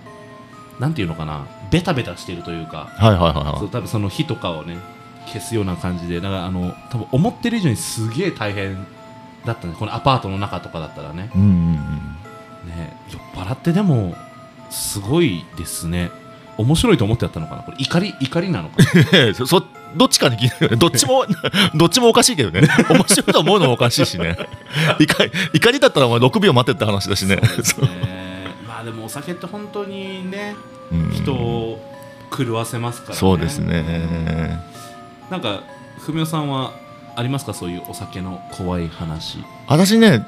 Speaker 1: う、なんていうのかなベタベタしてるというか
Speaker 2: いはいはいはい
Speaker 1: そう
Speaker 2: は
Speaker 1: 多分その火とかをね消すような感じでだからあの多分思ってる以上にすげえ大変だったねこのアパートの中とかだったらね
Speaker 2: いうんうんうん
Speaker 1: ね酔っ払ってでもすごいですね面白いと思ってやったのかなこれ怒り怒りなのか
Speaker 2: ええそそどっちかに気になるどっちも どっちもおかしいけどね面白いと思うのもおかしいしね怒り怒りだったらお前6秒待ってって話だしね
Speaker 1: そうですねまああでもお酒って本当にね
Speaker 2: うん
Speaker 1: 人を狂わせますからね
Speaker 2: そうですね
Speaker 1: なんか文雄さんはありますかそういうお酒の怖い話、
Speaker 2: 私ね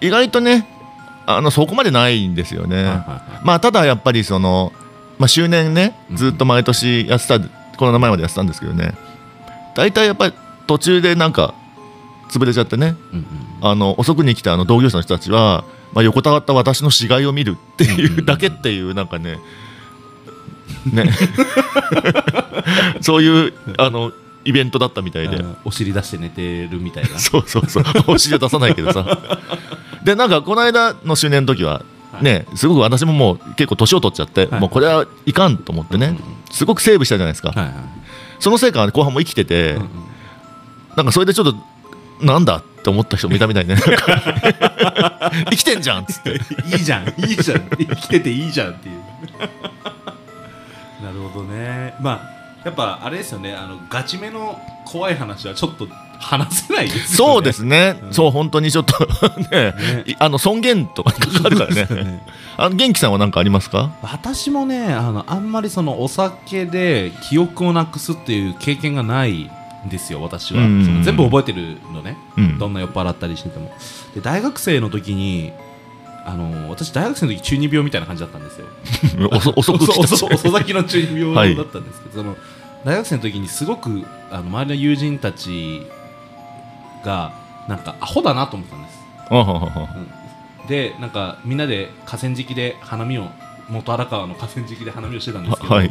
Speaker 2: 意外とねあのそこまでないんですよね、
Speaker 1: はいはいはい
Speaker 2: まあただやっぱりその、まあ、周年ね
Speaker 1: うん
Speaker 2: ずっと毎年やってた、コロナ前までやってたんですけどね大体やっぱり途中でなんか潰れちゃってね
Speaker 1: うんうん
Speaker 2: あの遅くに来たあの同業者の人たちは、まあ、横たわった私の死骸を見るって
Speaker 1: うんう
Speaker 2: い
Speaker 1: ん
Speaker 2: うだけっていうなんかねね そういうあのイベントだったみたいで
Speaker 1: あのお尻出して寝てるみたいな
Speaker 2: そうそうそうお尻は出さないけどさでなんかこの間の周年の時はね、すごく私ももう結構年を取っちゃって、
Speaker 1: はい
Speaker 2: もうこれはいかんと思ってね、
Speaker 1: うんうん
Speaker 2: すごくセーブしたじゃないですか、
Speaker 1: はいはい
Speaker 2: そのせいか後半も生きてて、
Speaker 1: うんうん
Speaker 2: なんかそれでちょっとなんだって思った人もいたみたいねなんか 生きてんじゃんっつって
Speaker 1: いいじゃ ん、いいじゃん、生きてていいじゃんっていう。 なるほどね。まあ、やっぱあれですよね、あのガチめの怖い話はちょっと話せないですよね。。
Speaker 2: そうですすね、
Speaker 1: うん
Speaker 2: そう本当にちょっと ね
Speaker 1: ね
Speaker 2: いあの尊厳とかにかかるからねあの元気さんは何かありますか
Speaker 1: 私もねあの、あんまりそのお酒で記憶をなくすっていう経験がないんですよ、私は。
Speaker 2: うんうんうん
Speaker 1: その全部覚えてるのね、
Speaker 2: うん
Speaker 1: どんな酔っ払ったりしてても。で、大学生の時に、あの私、大学生の時中二病みたいな感じだったん ですよ。
Speaker 2: 遅遅く来た
Speaker 1: 遅遅遅咲きの中二
Speaker 2: は
Speaker 1: 病
Speaker 2: い
Speaker 1: だったんですけど、その大学生の時にすごくあの周りの友人たちがなんかアホだなと思ったんです、
Speaker 2: あははは
Speaker 1: うんでなんかみんなで河川敷で花見を元荒川の河川敷で花見をしてたんですけど、
Speaker 2: はい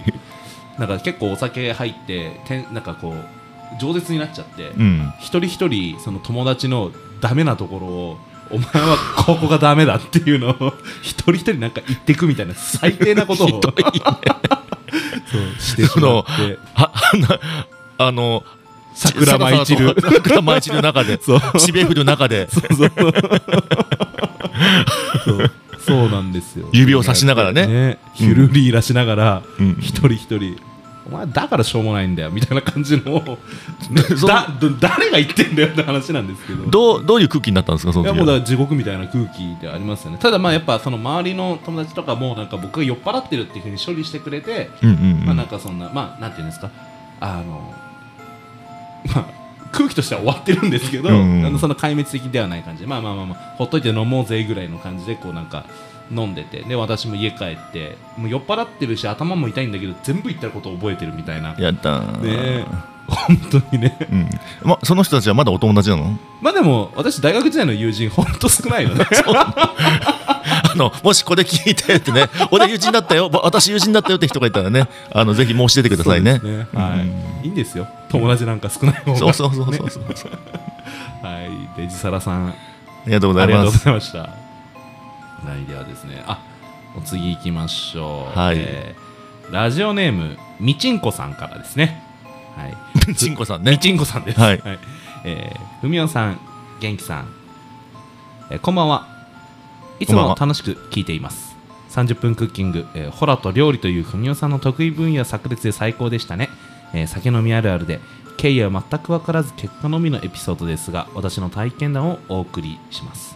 Speaker 1: なんか結構お酒入っててんなんかこう饒舌になっちゃって、
Speaker 2: うん
Speaker 1: 一人一人その友達のダメなところをお前はここがダメだっていうのを 一人一人なんか言ってくみたいな最低な ことをそうしてしまって
Speaker 2: はあのあの
Speaker 1: 桜舞い散る
Speaker 2: そうそうそう 桜舞い散る中で
Speaker 1: そう
Speaker 2: しべ降る中で
Speaker 1: そうそうそうそうなんですよ
Speaker 2: 指をさしながらね
Speaker 1: ヒュルリーらしながら、
Speaker 2: うん
Speaker 1: 一人一人お前だからしょうもないんだよみたいな感じの
Speaker 2: その
Speaker 1: だ誰が言ってんだよって話なんですけど
Speaker 2: どうどういう空気になったんですかそ
Speaker 1: い
Speaker 2: の
Speaker 1: や
Speaker 2: 時
Speaker 1: もう
Speaker 2: は
Speaker 1: だから地獄みたいな空気でありますよねただまあやっぱその周りの友達とかもなんか僕が酔っ払ってるっていうふうに処理してくれて、
Speaker 2: うんうんうん
Speaker 1: まあなんかそんなまあなんていうんですかあのまあ空気としては終わってるんですけど、
Speaker 2: うんうん
Speaker 1: あのそんな壊滅的ではない感じでまあまあまあ、まあ、ほっといて飲もうぜぐらいの感じでこうなんか飲んでてで私も家帰ってもう酔っ払ってるし頭も痛いんだけど全部言ったことを覚えてるみたいなね
Speaker 2: やったー
Speaker 1: え本当にね
Speaker 2: うんまその人たちはまだお友達なの
Speaker 1: まあでも私大学時代の友人ほんと少ないのね
Speaker 2: あのもしこれ聞いてっ てね俺友人だったよぼ私友人だったよって人がいたらねあのぜひ申し出てくださいね
Speaker 1: そうですはい。いいんですよ。友達なんか少ない方が。
Speaker 2: そうそうそう
Speaker 1: ね
Speaker 2: そうそうそう
Speaker 1: はい。で、ジサラさん、あ
Speaker 2: ありがとうご
Speaker 1: り
Speaker 2: ざ
Speaker 1: が
Speaker 2: い
Speaker 1: とうご
Speaker 2: ます
Speaker 1: ざいました。はい。ではですね、あ、お次行きましょう。
Speaker 2: はい
Speaker 1: えーラジオネーム、みちんこさんからですね。はい。
Speaker 2: ちんこさん
Speaker 1: み
Speaker 2: ね
Speaker 1: ちんこさんです。
Speaker 2: はい
Speaker 1: えーふみおさん、元気さん、えーこんばんは。いつも楽しく聞いています。30分クッキング、えーホラと料理というふみおさんの得意分野炸裂で最高でしたね。えー酒飲みあるあるで、経緯は全く分からず結果のみのエピソードですが、私の体験談をお送りします。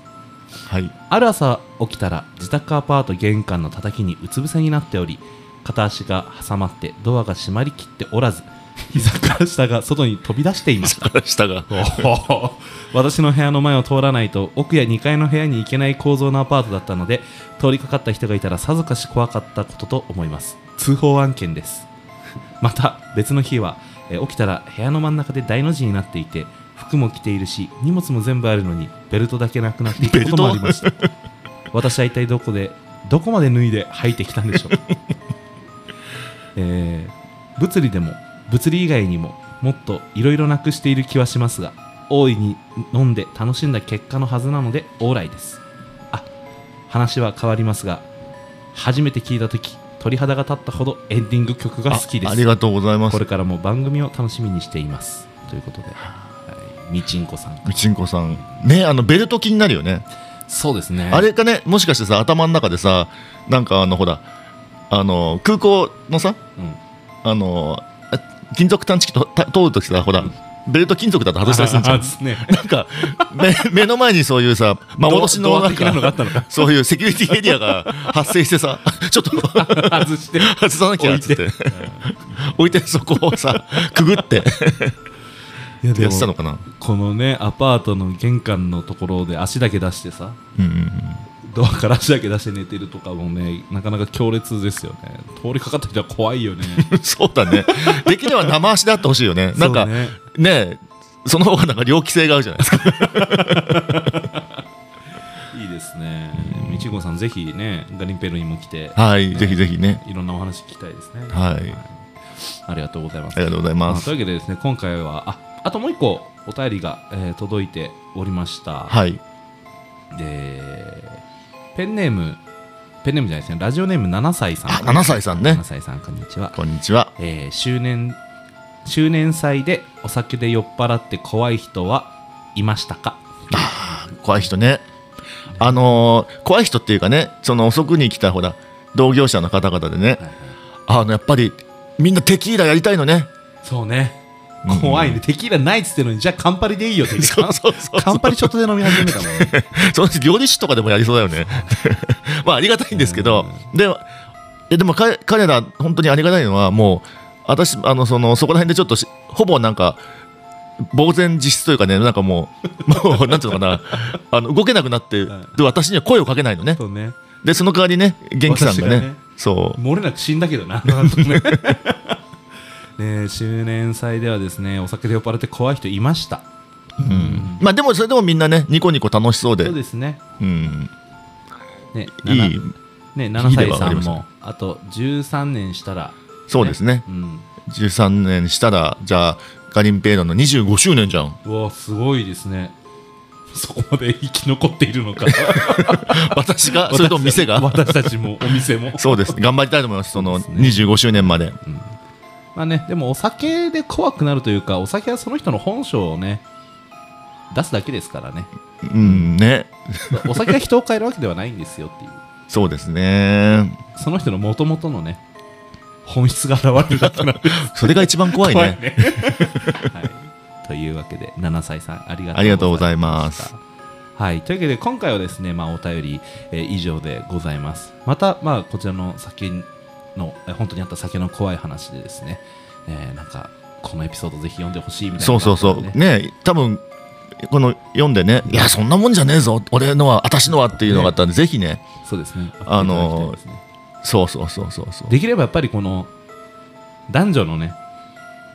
Speaker 2: はい
Speaker 1: ある朝起きたら自宅アパート玄関の叩きにうつ伏せになっており片足が挟まってドアが閉まりきっておらず 膝から下が外に飛び出していました
Speaker 2: 下が
Speaker 1: 私の部屋の前を通らないと奥や2階の部屋に行けない構造のアパートだったので通りかかった人がいたらさぞかし怖かったことと思います通報案件です また別の日は、えー起きたら部屋の真ん中で大の字になっていて服も着ているし荷物も全部あるのにベルトだけなくなっていたこともありました 私は一体どこでどこまで脱いで履いてきたん でしょう、えー物理でも物理以外にももっといろいろなくしている気はしますが大いに飲んで楽しんだ結果のはずなので往来ですあ話は変わりますが初めて聞いた時鳥肌が立ったほどエンディング曲が好きです
Speaker 2: あありがとうございます
Speaker 1: これからも番組を楽しみにしていますということで、はい、みちんこさん
Speaker 2: みちんこさんねあのベルト気になるよね
Speaker 1: そうですね
Speaker 2: あれかねもしかしてさ頭の中でさなんかあのほらあの空港のさ
Speaker 1: うん
Speaker 2: あのあ金属探知機とた通るときさほら、ベルト金属だと外したりするんじゃ
Speaker 1: あ
Speaker 2: ん
Speaker 1: ですね。
Speaker 2: なんか目目の前にそういうさ 幻の
Speaker 1: ドア
Speaker 2: なん
Speaker 1: 的なのがあったの
Speaker 2: か
Speaker 1: か
Speaker 2: そういうセキュリティエリアが発生してさちょっと
Speaker 1: 外して。
Speaker 2: 外さなきゃっつって置いてそこをさくぐって
Speaker 1: いやで
Speaker 2: やっ
Speaker 1: も
Speaker 2: てたのかな
Speaker 1: このねアパートの玄関のところで足だけ出してさ
Speaker 2: うんうんうん
Speaker 1: ドアから足だけ出して寝てるとかもねなかなか強烈ですよね通りかかった人は怖いよ ね
Speaker 2: そうだね。できれば生足であってほしいよね。なんか
Speaker 1: そう
Speaker 2: ね
Speaker 1: ね
Speaker 2: その方がなんか猟奇性があるじゃないですか。
Speaker 1: いいですねみちごさんぜひねガリンペルにも来て
Speaker 2: はい、
Speaker 1: ね
Speaker 2: ぜひぜひね。
Speaker 1: いろんなお話聞きたいですね
Speaker 2: はい
Speaker 1: ありがとうございま
Speaker 2: あ
Speaker 1: す
Speaker 2: りがとうございま
Speaker 1: あと
Speaker 2: す。
Speaker 1: いうわけでですね今回はああともう一個お便りが、えー届いておりました、
Speaker 2: はい。
Speaker 1: でペンネームペンネームじゃないですねラジオネーム7歳さん
Speaker 2: あ、七歳さんね
Speaker 1: 7。歳さんこんにちは
Speaker 2: こんにちは。
Speaker 1: えー、周年周年祭でお酒で酔っ払って怖い人はいましたか
Speaker 2: 怖い人ね。あのー怖い人っていうかね、その遅くに来たほら同業者の方々でね、あのやっぱりみんなテキーラやりたいのね。
Speaker 1: そうね怖いね、テキーラないっつってのにじゃあカンパリでいいよって言って
Speaker 2: そうそうそう
Speaker 1: カンパリちょっとで飲み始めたもんね
Speaker 2: そのうち料理酒とかでもやりそうだよね。 まあありがたいんですけど、でもえでも彼彼ら本当にありがたいのはもう私あのそのそこら辺でちょっとしほぼなんか呆然自失というかねなんかもう もうなんていうのかなあの動けなくなって
Speaker 1: は
Speaker 2: で私には声をかけないのね
Speaker 1: そうね
Speaker 2: でその代わりね元気さんがね
Speaker 1: 私がね
Speaker 2: そう
Speaker 1: 漏れなく死んだけど ななんとねね周年祭ではですねお酒で酔っ払って怖い人いました
Speaker 2: まあでもそれでもみんなねニコニコ楽しそうで
Speaker 1: そうですね
Speaker 2: うん
Speaker 1: ね
Speaker 2: いい
Speaker 1: ね7歳
Speaker 2: わか
Speaker 1: さ
Speaker 2: り
Speaker 1: ん
Speaker 2: ました
Speaker 1: もあと13年したら
Speaker 2: そうですね
Speaker 1: うん
Speaker 2: 13年したらじゃあガリンペイロの25周年じ ゃん
Speaker 1: うわすごいですねそこまで生き残っているのか
Speaker 2: 私がそれとも店が
Speaker 1: 私たちもお店も
Speaker 2: そうです。頑張りたいと思います。その
Speaker 1: そうで
Speaker 2: 25周年まで。
Speaker 1: まあねでもお酒で怖くなるというかお酒はその人の本性をね出すだけです からね
Speaker 2: うん、ね。
Speaker 1: お酒が人を変えるわけではないんですよっていう
Speaker 2: そうですね。
Speaker 1: その人の元々のね本質が現れるだけなんで
Speaker 2: それが一番怖いね。
Speaker 1: はい、というわけで7歳さんありがとう
Speaker 2: ありがとうございま
Speaker 1: ござ
Speaker 2: す
Speaker 1: いました。はい、というわけで今回はですね、まあ、お便り、えー以上でございますまた、まあ、こちらの酒の、えー本当にあった酒の怖い話でですね、えーなんかこのエピソードぜひ読んでほしいみたいな、
Speaker 2: そうそうそう。
Speaker 1: ね
Speaker 2: ね、多分。この読んでね、いや、そんなもんじゃねえぞ、俺のは、私のはっていうのがあったんで、ぜひね、
Speaker 1: そうですね
Speaker 2: あの
Speaker 1: 送
Speaker 2: ー
Speaker 1: っていただきたいですね
Speaker 2: そうそうそうそうそう、
Speaker 1: できればやっぱりこの男女のね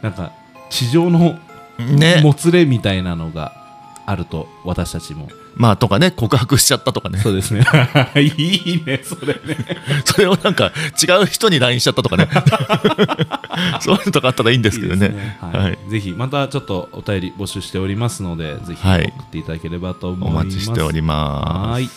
Speaker 1: なんか地上の
Speaker 2: ね、
Speaker 1: もつれみたいなのがあると私たちも
Speaker 2: まあとかね、告白しちゃったとかね、
Speaker 1: そうですね いいねそれね
Speaker 2: それをなんか違う人に LINE しちゃったと かね、そういうのとかあったらいいんですけどね、
Speaker 1: いいですはい
Speaker 2: はい、
Speaker 1: ぜひまたちょっとお便り募集しておりますのでぜひ
Speaker 2: は
Speaker 1: 送
Speaker 2: い
Speaker 1: っていただければと思
Speaker 2: お
Speaker 1: います、
Speaker 2: 待ちしておりま
Speaker 1: は
Speaker 2: す。
Speaker 1: い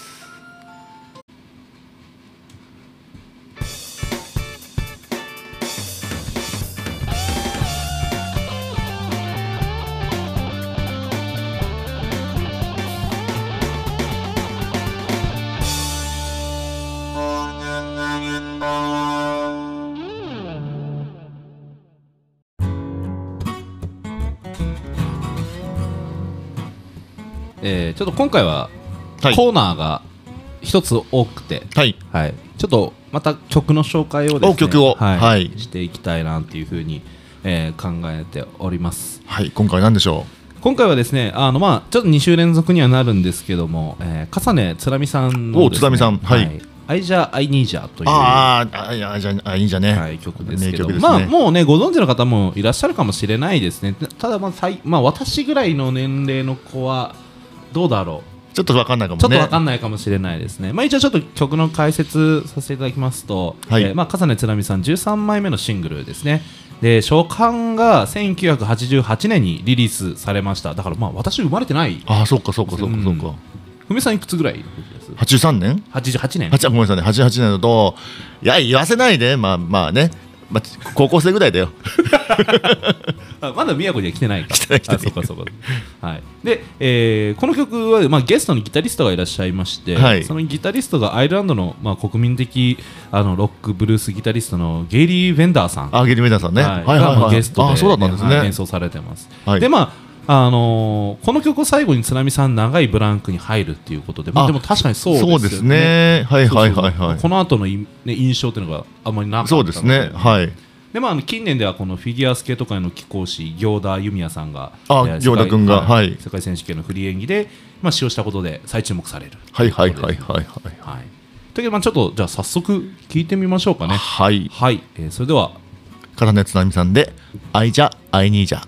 Speaker 1: えーちょっと今回は
Speaker 2: はい
Speaker 1: コーナーが一つ多くて、
Speaker 2: はい、
Speaker 1: はいちょっとまた曲の紹介をです
Speaker 2: お
Speaker 1: ね
Speaker 2: 曲を
Speaker 1: はい
Speaker 2: はい
Speaker 1: していきたいなっていうふうに、えー考えております
Speaker 2: はい、今回なんでしょ
Speaker 1: 今回はですねあのまあちょっと2週連続にはなるんですけども、えー、笠根つらみさんの
Speaker 2: お
Speaker 1: ですね
Speaker 2: つらみさんはい
Speaker 1: アイジャーアイニージャーという
Speaker 2: う。あーあー、いや、じゃあ、あいいんじゃね。
Speaker 1: はい、曲ですけど
Speaker 2: 名曲ですね
Speaker 1: まあもうねご存知の方もいらっしゃるかもしれないですねたただまあ、さいまあ、私ぐらいの年齢の子はどうだろう
Speaker 2: ちょっとわかんないかもね。
Speaker 1: ちょっとわかんないかもしれないですね、まあ、一応ちょっと曲の解説させていただきますと、
Speaker 2: はい
Speaker 1: えーまあ、笠根つらみさん13枚目のシングルですねで初版が1988年にリリースされましただからまあ私生まれてない
Speaker 2: ああ、そうか、そうか、そうか、そう
Speaker 1: う
Speaker 2: か。
Speaker 1: ふみさんいくつぐらいの時です
Speaker 2: 八三年。
Speaker 1: 88年
Speaker 2: 八、あごめんなさいね、八八年だと。いや、言わせないで、まあ、まあね。まあ、高校生ぐらいだよ。
Speaker 1: あまだ宮古には来てないか。来
Speaker 2: てない来てな
Speaker 1: あ、
Speaker 2: い
Speaker 1: そうかそうか。はい。で、えーこの曲は、まあ、ゲストのギタリストがいらっしゃいまして、
Speaker 2: はい
Speaker 1: そのギタリストがアイルランドの、まあ、国民的あのロックブルースギタリストのゲイリー・ヴェンダーさん。
Speaker 2: あ、ゲリメダさんね。はい、はい、
Speaker 1: がまあ
Speaker 2: はい。
Speaker 1: ゲストで、
Speaker 2: あ、そうだったんです
Speaker 1: はい演
Speaker 2: ね。
Speaker 1: 奏されてます。
Speaker 2: はい
Speaker 1: でまああのーこの曲を最後に津波さん長いブランクに入るっていうことで、まあ、
Speaker 2: あ
Speaker 1: でも確かにそうですよ
Speaker 2: そうですね。はいはいはい
Speaker 1: そう
Speaker 2: は
Speaker 1: そうこの後のいね印象っていうのがあんまりなかっ
Speaker 2: い。
Speaker 1: たの
Speaker 2: そうですね。はい。
Speaker 1: でまあ、あの近年ではこのフィギュアスケート界の貴公子行田由美也さんが
Speaker 2: あ
Speaker 1: えー
Speaker 2: 行田君
Speaker 1: 世
Speaker 2: が
Speaker 1: 界
Speaker 2: はい
Speaker 1: 世界選手権のフリー演技で、まあ、使用したことで再注目される
Speaker 2: はいはいはいはいはい。
Speaker 1: はいというわけでまあちょっとじゃあ早速聞いてみましょうかね
Speaker 2: はい。
Speaker 1: はい、えーそれでは
Speaker 2: からねつなみさんで、愛じゃ、愛にじゃ。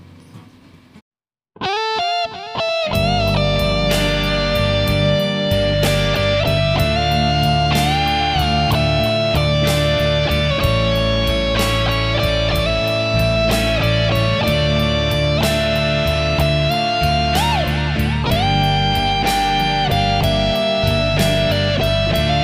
Speaker 4: Thank you.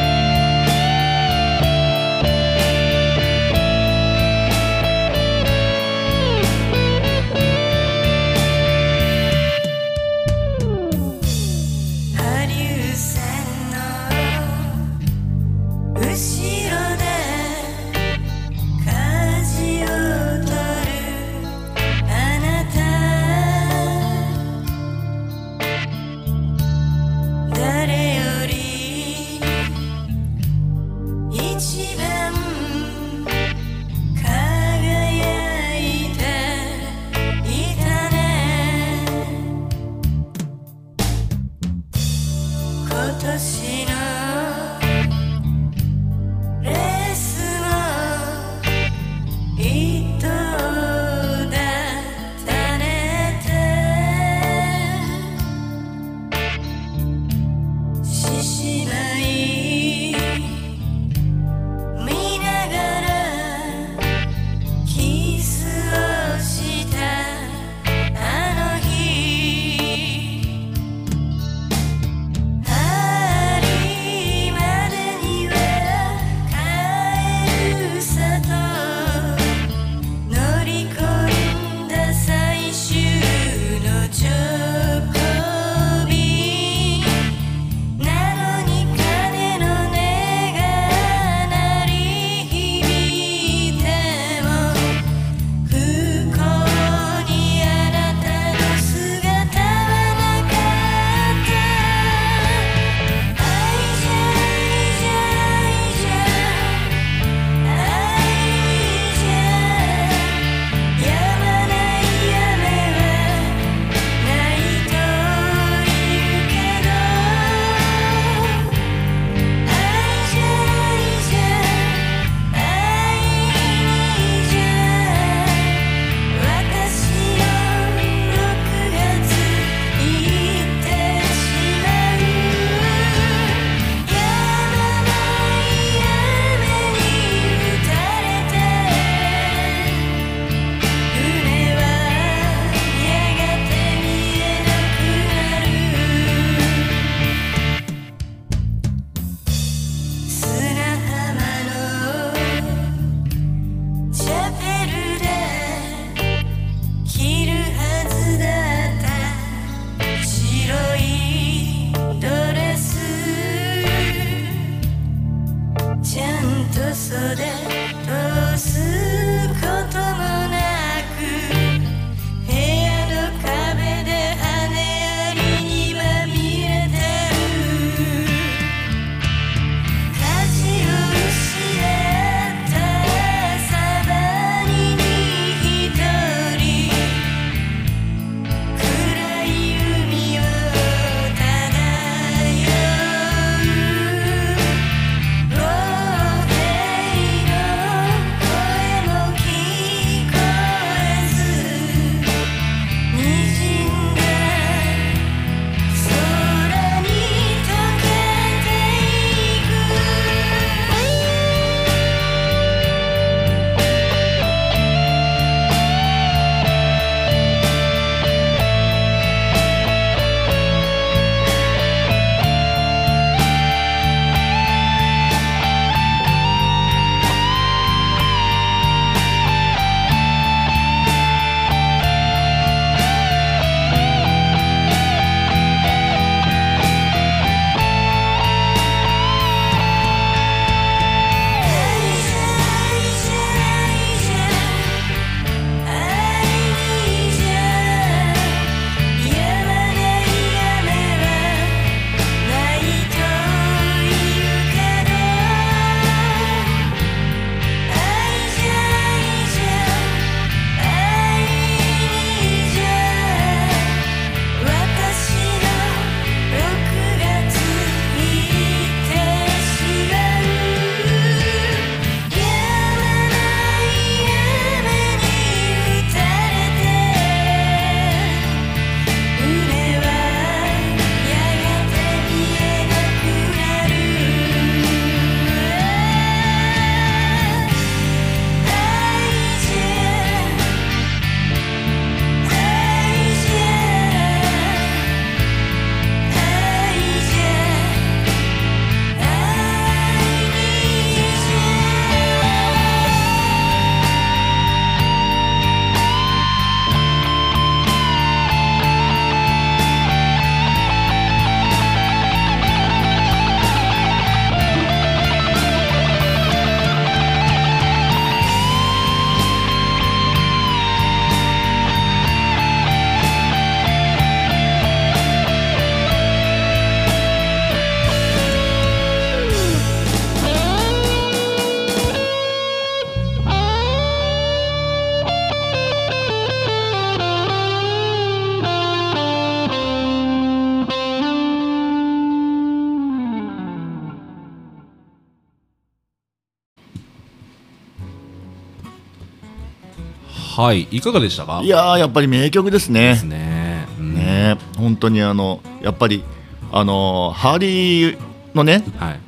Speaker 1: はいいかがでしたか
Speaker 2: いやーやっぱり名曲ですね
Speaker 1: ですね,、うん、
Speaker 2: ね本当にあのやっぱりあのハーリーのね
Speaker 1: はい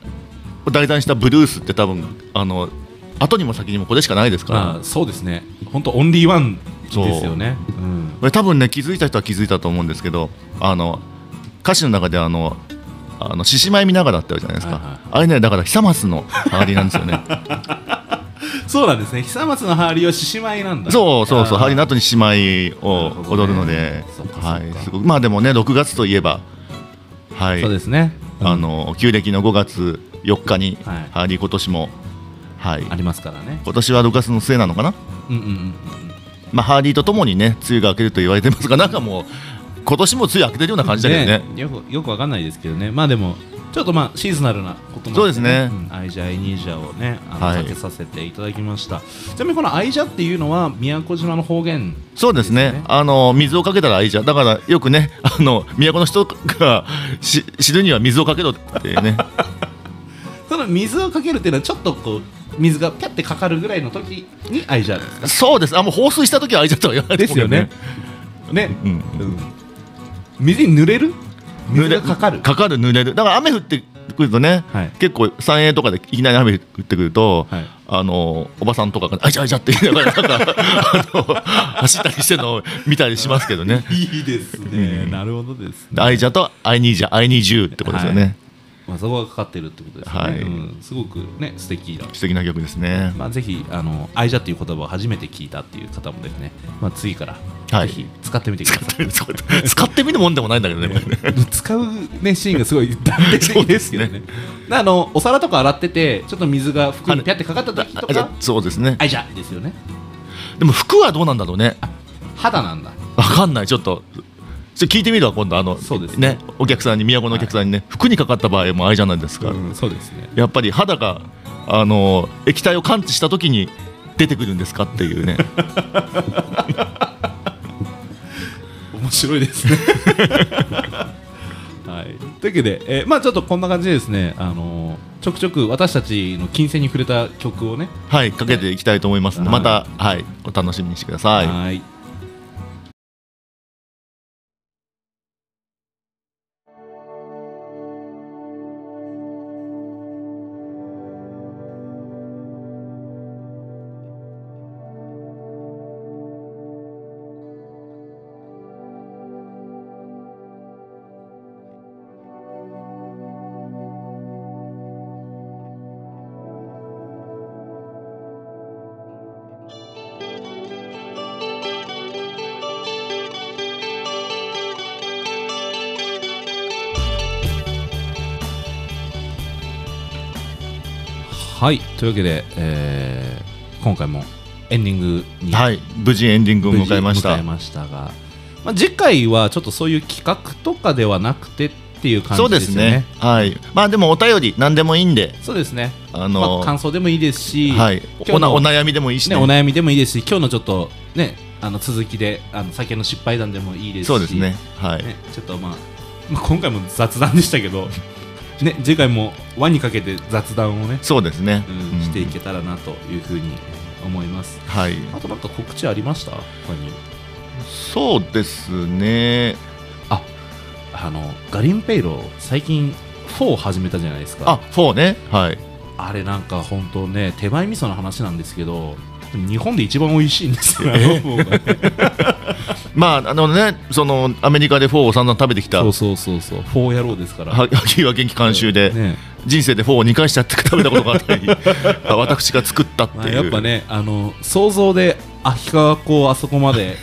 Speaker 2: 題材にしたブルースって多分あの後にも先にもこれしかないですから
Speaker 1: あそうですね本当オンリーワンですよねうん
Speaker 2: これ多分ね気づいた人は気づいたと思うんですけどあの歌詞の中であのあの獅子舞見ながらってあるじゃないですか、
Speaker 1: はいはい
Speaker 2: あれねだから久松のハーリーなんですよね
Speaker 1: そうなんですね久松のハーリーは獅子舞なんだ
Speaker 2: そうそうそうハーリー
Speaker 1: な
Speaker 2: の後に獅子舞を踊るので
Speaker 1: なるほどねそっかそっか
Speaker 2: はい、すごくまあでもね6月といえばはい
Speaker 1: そうですね
Speaker 2: あの旧暦の5月4日に、
Speaker 1: はい
Speaker 2: ハーリー今年も、はい、
Speaker 1: ありますからね
Speaker 2: 今年は6月の末なのかな、
Speaker 1: うんうんうんうん
Speaker 2: まあ、ハーリーとともにね梅雨が明けると言われてますがなんかもう今年も梅雨明けてるような感じだけどね
Speaker 1: よくよくわかんないですけどねまあでもちょっとまあシーズナルなこともあって
Speaker 2: そうですね
Speaker 1: んアイジャアイニージャをねあの、
Speaker 2: はい
Speaker 1: かけさせていただきましたちなみにこのアイジャっていうのは宮古島の方言
Speaker 2: そうですね
Speaker 1: ですね
Speaker 2: あの水をかけたらいいじゃんだからよくね あの都の人がし知るには水をかけろって ね
Speaker 1: その水をかけるっていうのはちょっとこう水がピャってかかるぐらいの時にアイジャですか
Speaker 2: そうですあもう放水した時はあいじゃんとは言わない
Speaker 1: ですよねね、
Speaker 2: うん
Speaker 1: うん水に濡れる水がかかる
Speaker 2: かかる濡れるだから雨降ってくるとね、
Speaker 1: はい
Speaker 2: 結構山営とかでいきなり雨降ってくると、
Speaker 1: はい。
Speaker 2: あのおばさんとかが「あいちゃあいちゃ」って言いながらなんかあの走ったりしてるのを見たりしますけどね
Speaker 1: いいですね、なるほどですね
Speaker 2: アイジャとアイニージャアイニージューってことですよね、
Speaker 1: はいまあ、そこがかかってるってことですね、
Speaker 2: はい
Speaker 1: うん、すごくね素敵だ
Speaker 2: 素敵な曲ですね
Speaker 1: まあ、ぜひあの愛者っていう言葉を初めて聞いたっていう方もですね、まあ、次から
Speaker 2: はい
Speaker 1: ぜひ使ってみてください、
Speaker 2: 使ってみるもんでもないんだけどねこれね
Speaker 1: 使う、ね、シーンがすごい断定的ですけど
Speaker 2: そう
Speaker 1: ねあのお皿とか洗っててちょっと水が服にピャってかかった時と
Speaker 2: あじゃあ
Speaker 1: か
Speaker 2: そうですね
Speaker 1: 愛者ですよね
Speaker 2: でも服はどうなんだろうね
Speaker 1: 肌なんだ
Speaker 2: わかんないちょっとちょっと聞いてみるわ今度あの
Speaker 1: そうですね
Speaker 2: ねお客さんに都のお客さんにね、服にかかった場合もアイジャなんですか、
Speaker 1: うんそうですね
Speaker 2: やっぱり肌があの液体を感知した時に出てくるんですかってい うね
Speaker 1: 面白いです ねはい、というわけで、えーまあちょっとこんな感じでですね、あのーちょくちょく私たちの金星に触れた曲をね
Speaker 2: はいかけていきたいと思いますので
Speaker 1: はい
Speaker 2: またはいお楽しみにしてください
Speaker 1: はいはい、というわけで、えー今回もエンディングに
Speaker 2: はい無事エンディングを
Speaker 1: 無事
Speaker 2: 迎えました
Speaker 1: 迎えましたが、まあ、次回はちょっとそういう企画とかではなくてっていう感
Speaker 2: そう
Speaker 1: じ
Speaker 2: で
Speaker 1: ですすよ
Speaker 2: ね
Speaker 1: ね。
Speaker 2: はいまあでもお便り何でもいいんで
Speaker 1: そうですね。
Speaker 2: あの
Speaker 1: まあ、感想でもいいですし、
Speaker 2: はい
Speaker 1: 今日
Speaker 2: おな
Speaker 1: の
Speaker 2: お悩みでもいいし
Speaker 1: ね、
Speaker 2: ね
Speaker 1: お悩みでもいいですし、今日のちょっとね、あの続きで、あの酒の失敗談でもいいですし、
Speaker 2: そうですねはい
Speaker 1: ねちょっとまあ、まあ、今回も雑談でしたけど、ね、次回も輪にかけて雑談をね、
Speaker 2: そうですね
Speaker 1: うん、していけ
Speaker 2: うん
Speaker 1: たらなというふうに思います。
Speaker 2: はい
Speaker 1: あとなんか告知ありました他に
Speaker 2: そうですね
Speaker 1: あのガリンペイロ最近4始めたじゃないです
Speaker 2: あ
Speaker 1: か
Speaker 2: フォーねはい
Speaker 1: あれなんか本当ね手前味噌の話なんですけど日本で一番美味しいんですよ、あの フォーがね
Speaker 2: まああのねそのアメリカでフォーを散々食べてきた
Speaker 1: そう
Speaker 2: は
Speaker 1: そうそうそう4野郎ですから
Speaker 2: 萩は元気監修で、
Speaker 1: ね
Speaker 2: 人生でフォーを2回しちゃって食べたことがあ ったりあ私が作ったって
Speaker 1: ま
Speaker 2: い
Speaker 1: あ、や
Speaker 2: う、
Speaker 1: っぱねあの想像で秋川子をあそこま で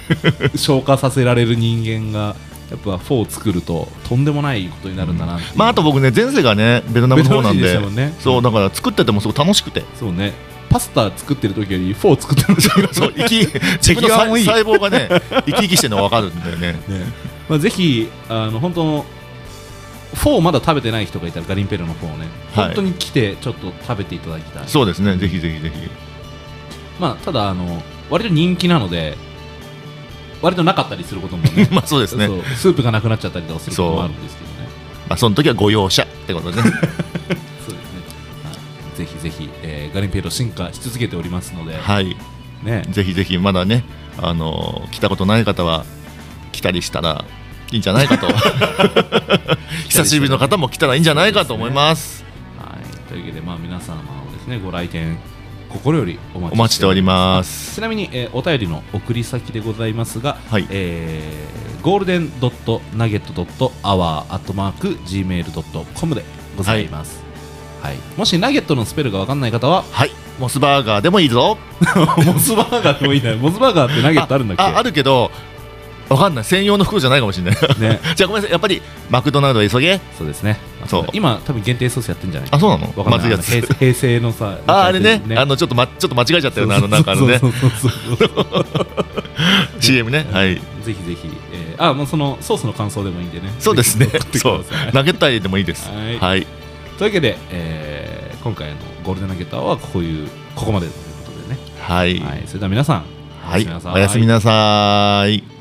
Speaker 1: 消化させられる人間がやっぱ4を作るととんでもないことになるんだなっていう
Speaker 2: まああと僕ね前世がねベトナムの方なんで
Speaker 1: ベトナム人でしたもんね
Speaker 2: そうだから作っててもすごい楽し くて
Speaker 1: そうねパスタ作ってる時より4作ってる時が
Speaker 2: そう生き自
Speaker 1: 敵
Speaker 2: 分の
Speaker 1: 側もいい
Speaker 2: 細細胞がね生き生きしてるのが分かるんだよね
Speaker 1: ねまあ、ぜひあの本当フォーまだ食べてない人がいたらガリンペロのフォーをね、
Speaker 2: はい
Speaker 1: 本当に来てちょっと食べていただきたい
Speaker 2: そうですねぜひぜひぜひ
Speaker 1: まあただあの割と人気なので割となかったりすることもね
Speaker 2: まあそうですね
Speaker 1: そうスープがなくなっちゃったりとかすることもあるんですけどね
Speaker 2: まあその時はご容赦ってこと ね
Speaker 1: そうですね、はい、ぜひぜひ、えーガリンペロ進化し続けておりますので、
Speaker 2: はい
Speaker 1: ね
Speaker 2: ぜひぜひまだねあの来たことない方は来たりしたらいいんじゃないか と久しぶりの方も来たらいいんじゃないかと思います
Speaker 1: はい、というわけで、まあ、皆様のですねご来店心よりお待
Speaker 2: お待ちしております
Speaker 1: ちなみに、えーお便りの送り先でございますが、
Speaker 2: はい
Speaker 1: えー、ゴールデンドットナゲットドットアワーアットマーク Gmail.com でございます、はいもしナゲットのスペルが分かんない方 は
Speaker 2: はいモスバーガーでもいいぞ
Speaker 1: モスバーガーでもいいねモスバーガーってナゲットあるんだっけ
Speaker 2: ああるけどわかんない専用の袋じゃないかもしれない
Speaker 1: ね
Speaker 2: じゃあごめんなさいやっぱりマクドナルド急げ
Speaker 1: そうですね
Speaker 2: そう
Speaker 1: 今多分限定ソースやってんじゃない
Speaker 2: あそうなの
Speaker 1: わかん
Speaker 2: ま
Speaker 1: な
Speaker 2: ずい
Speaker 1: い
Speaker 2: や
Speaker 1: あの
Speaker 2: つ
Speaker 1: 平平成のさ
Speaker 2: ああれねあ
Speaker 1: の
Speaker 2: のちょっとまちょっと間違えちゃったよねあのなんかあのね
Speaker 1: そうそうそうそう
Speaker 2: CM ね はい
Speaker 1: ぜひぜひ、えーあもうそのソースの感想でもいいんでね
Speaker 2: そうですね
Speaker 1: ぜひ送
Speaker 2: そ
Speaker 1: っ
Speaker 2: う
Speaker 1: てください
Speaker 2: 投げたいでもいいです
Speaker 1: はい
Speaker 2: はい
Speaker 1: というわけで、えー今回のゴールデンナゲットはこういうここまでということでね、
Speaker 2: はい
Speaker 1: はい、それでは皆さん
Speaker 2: はい
Speaker 1: なさ
Speaker 2: おやすみなさい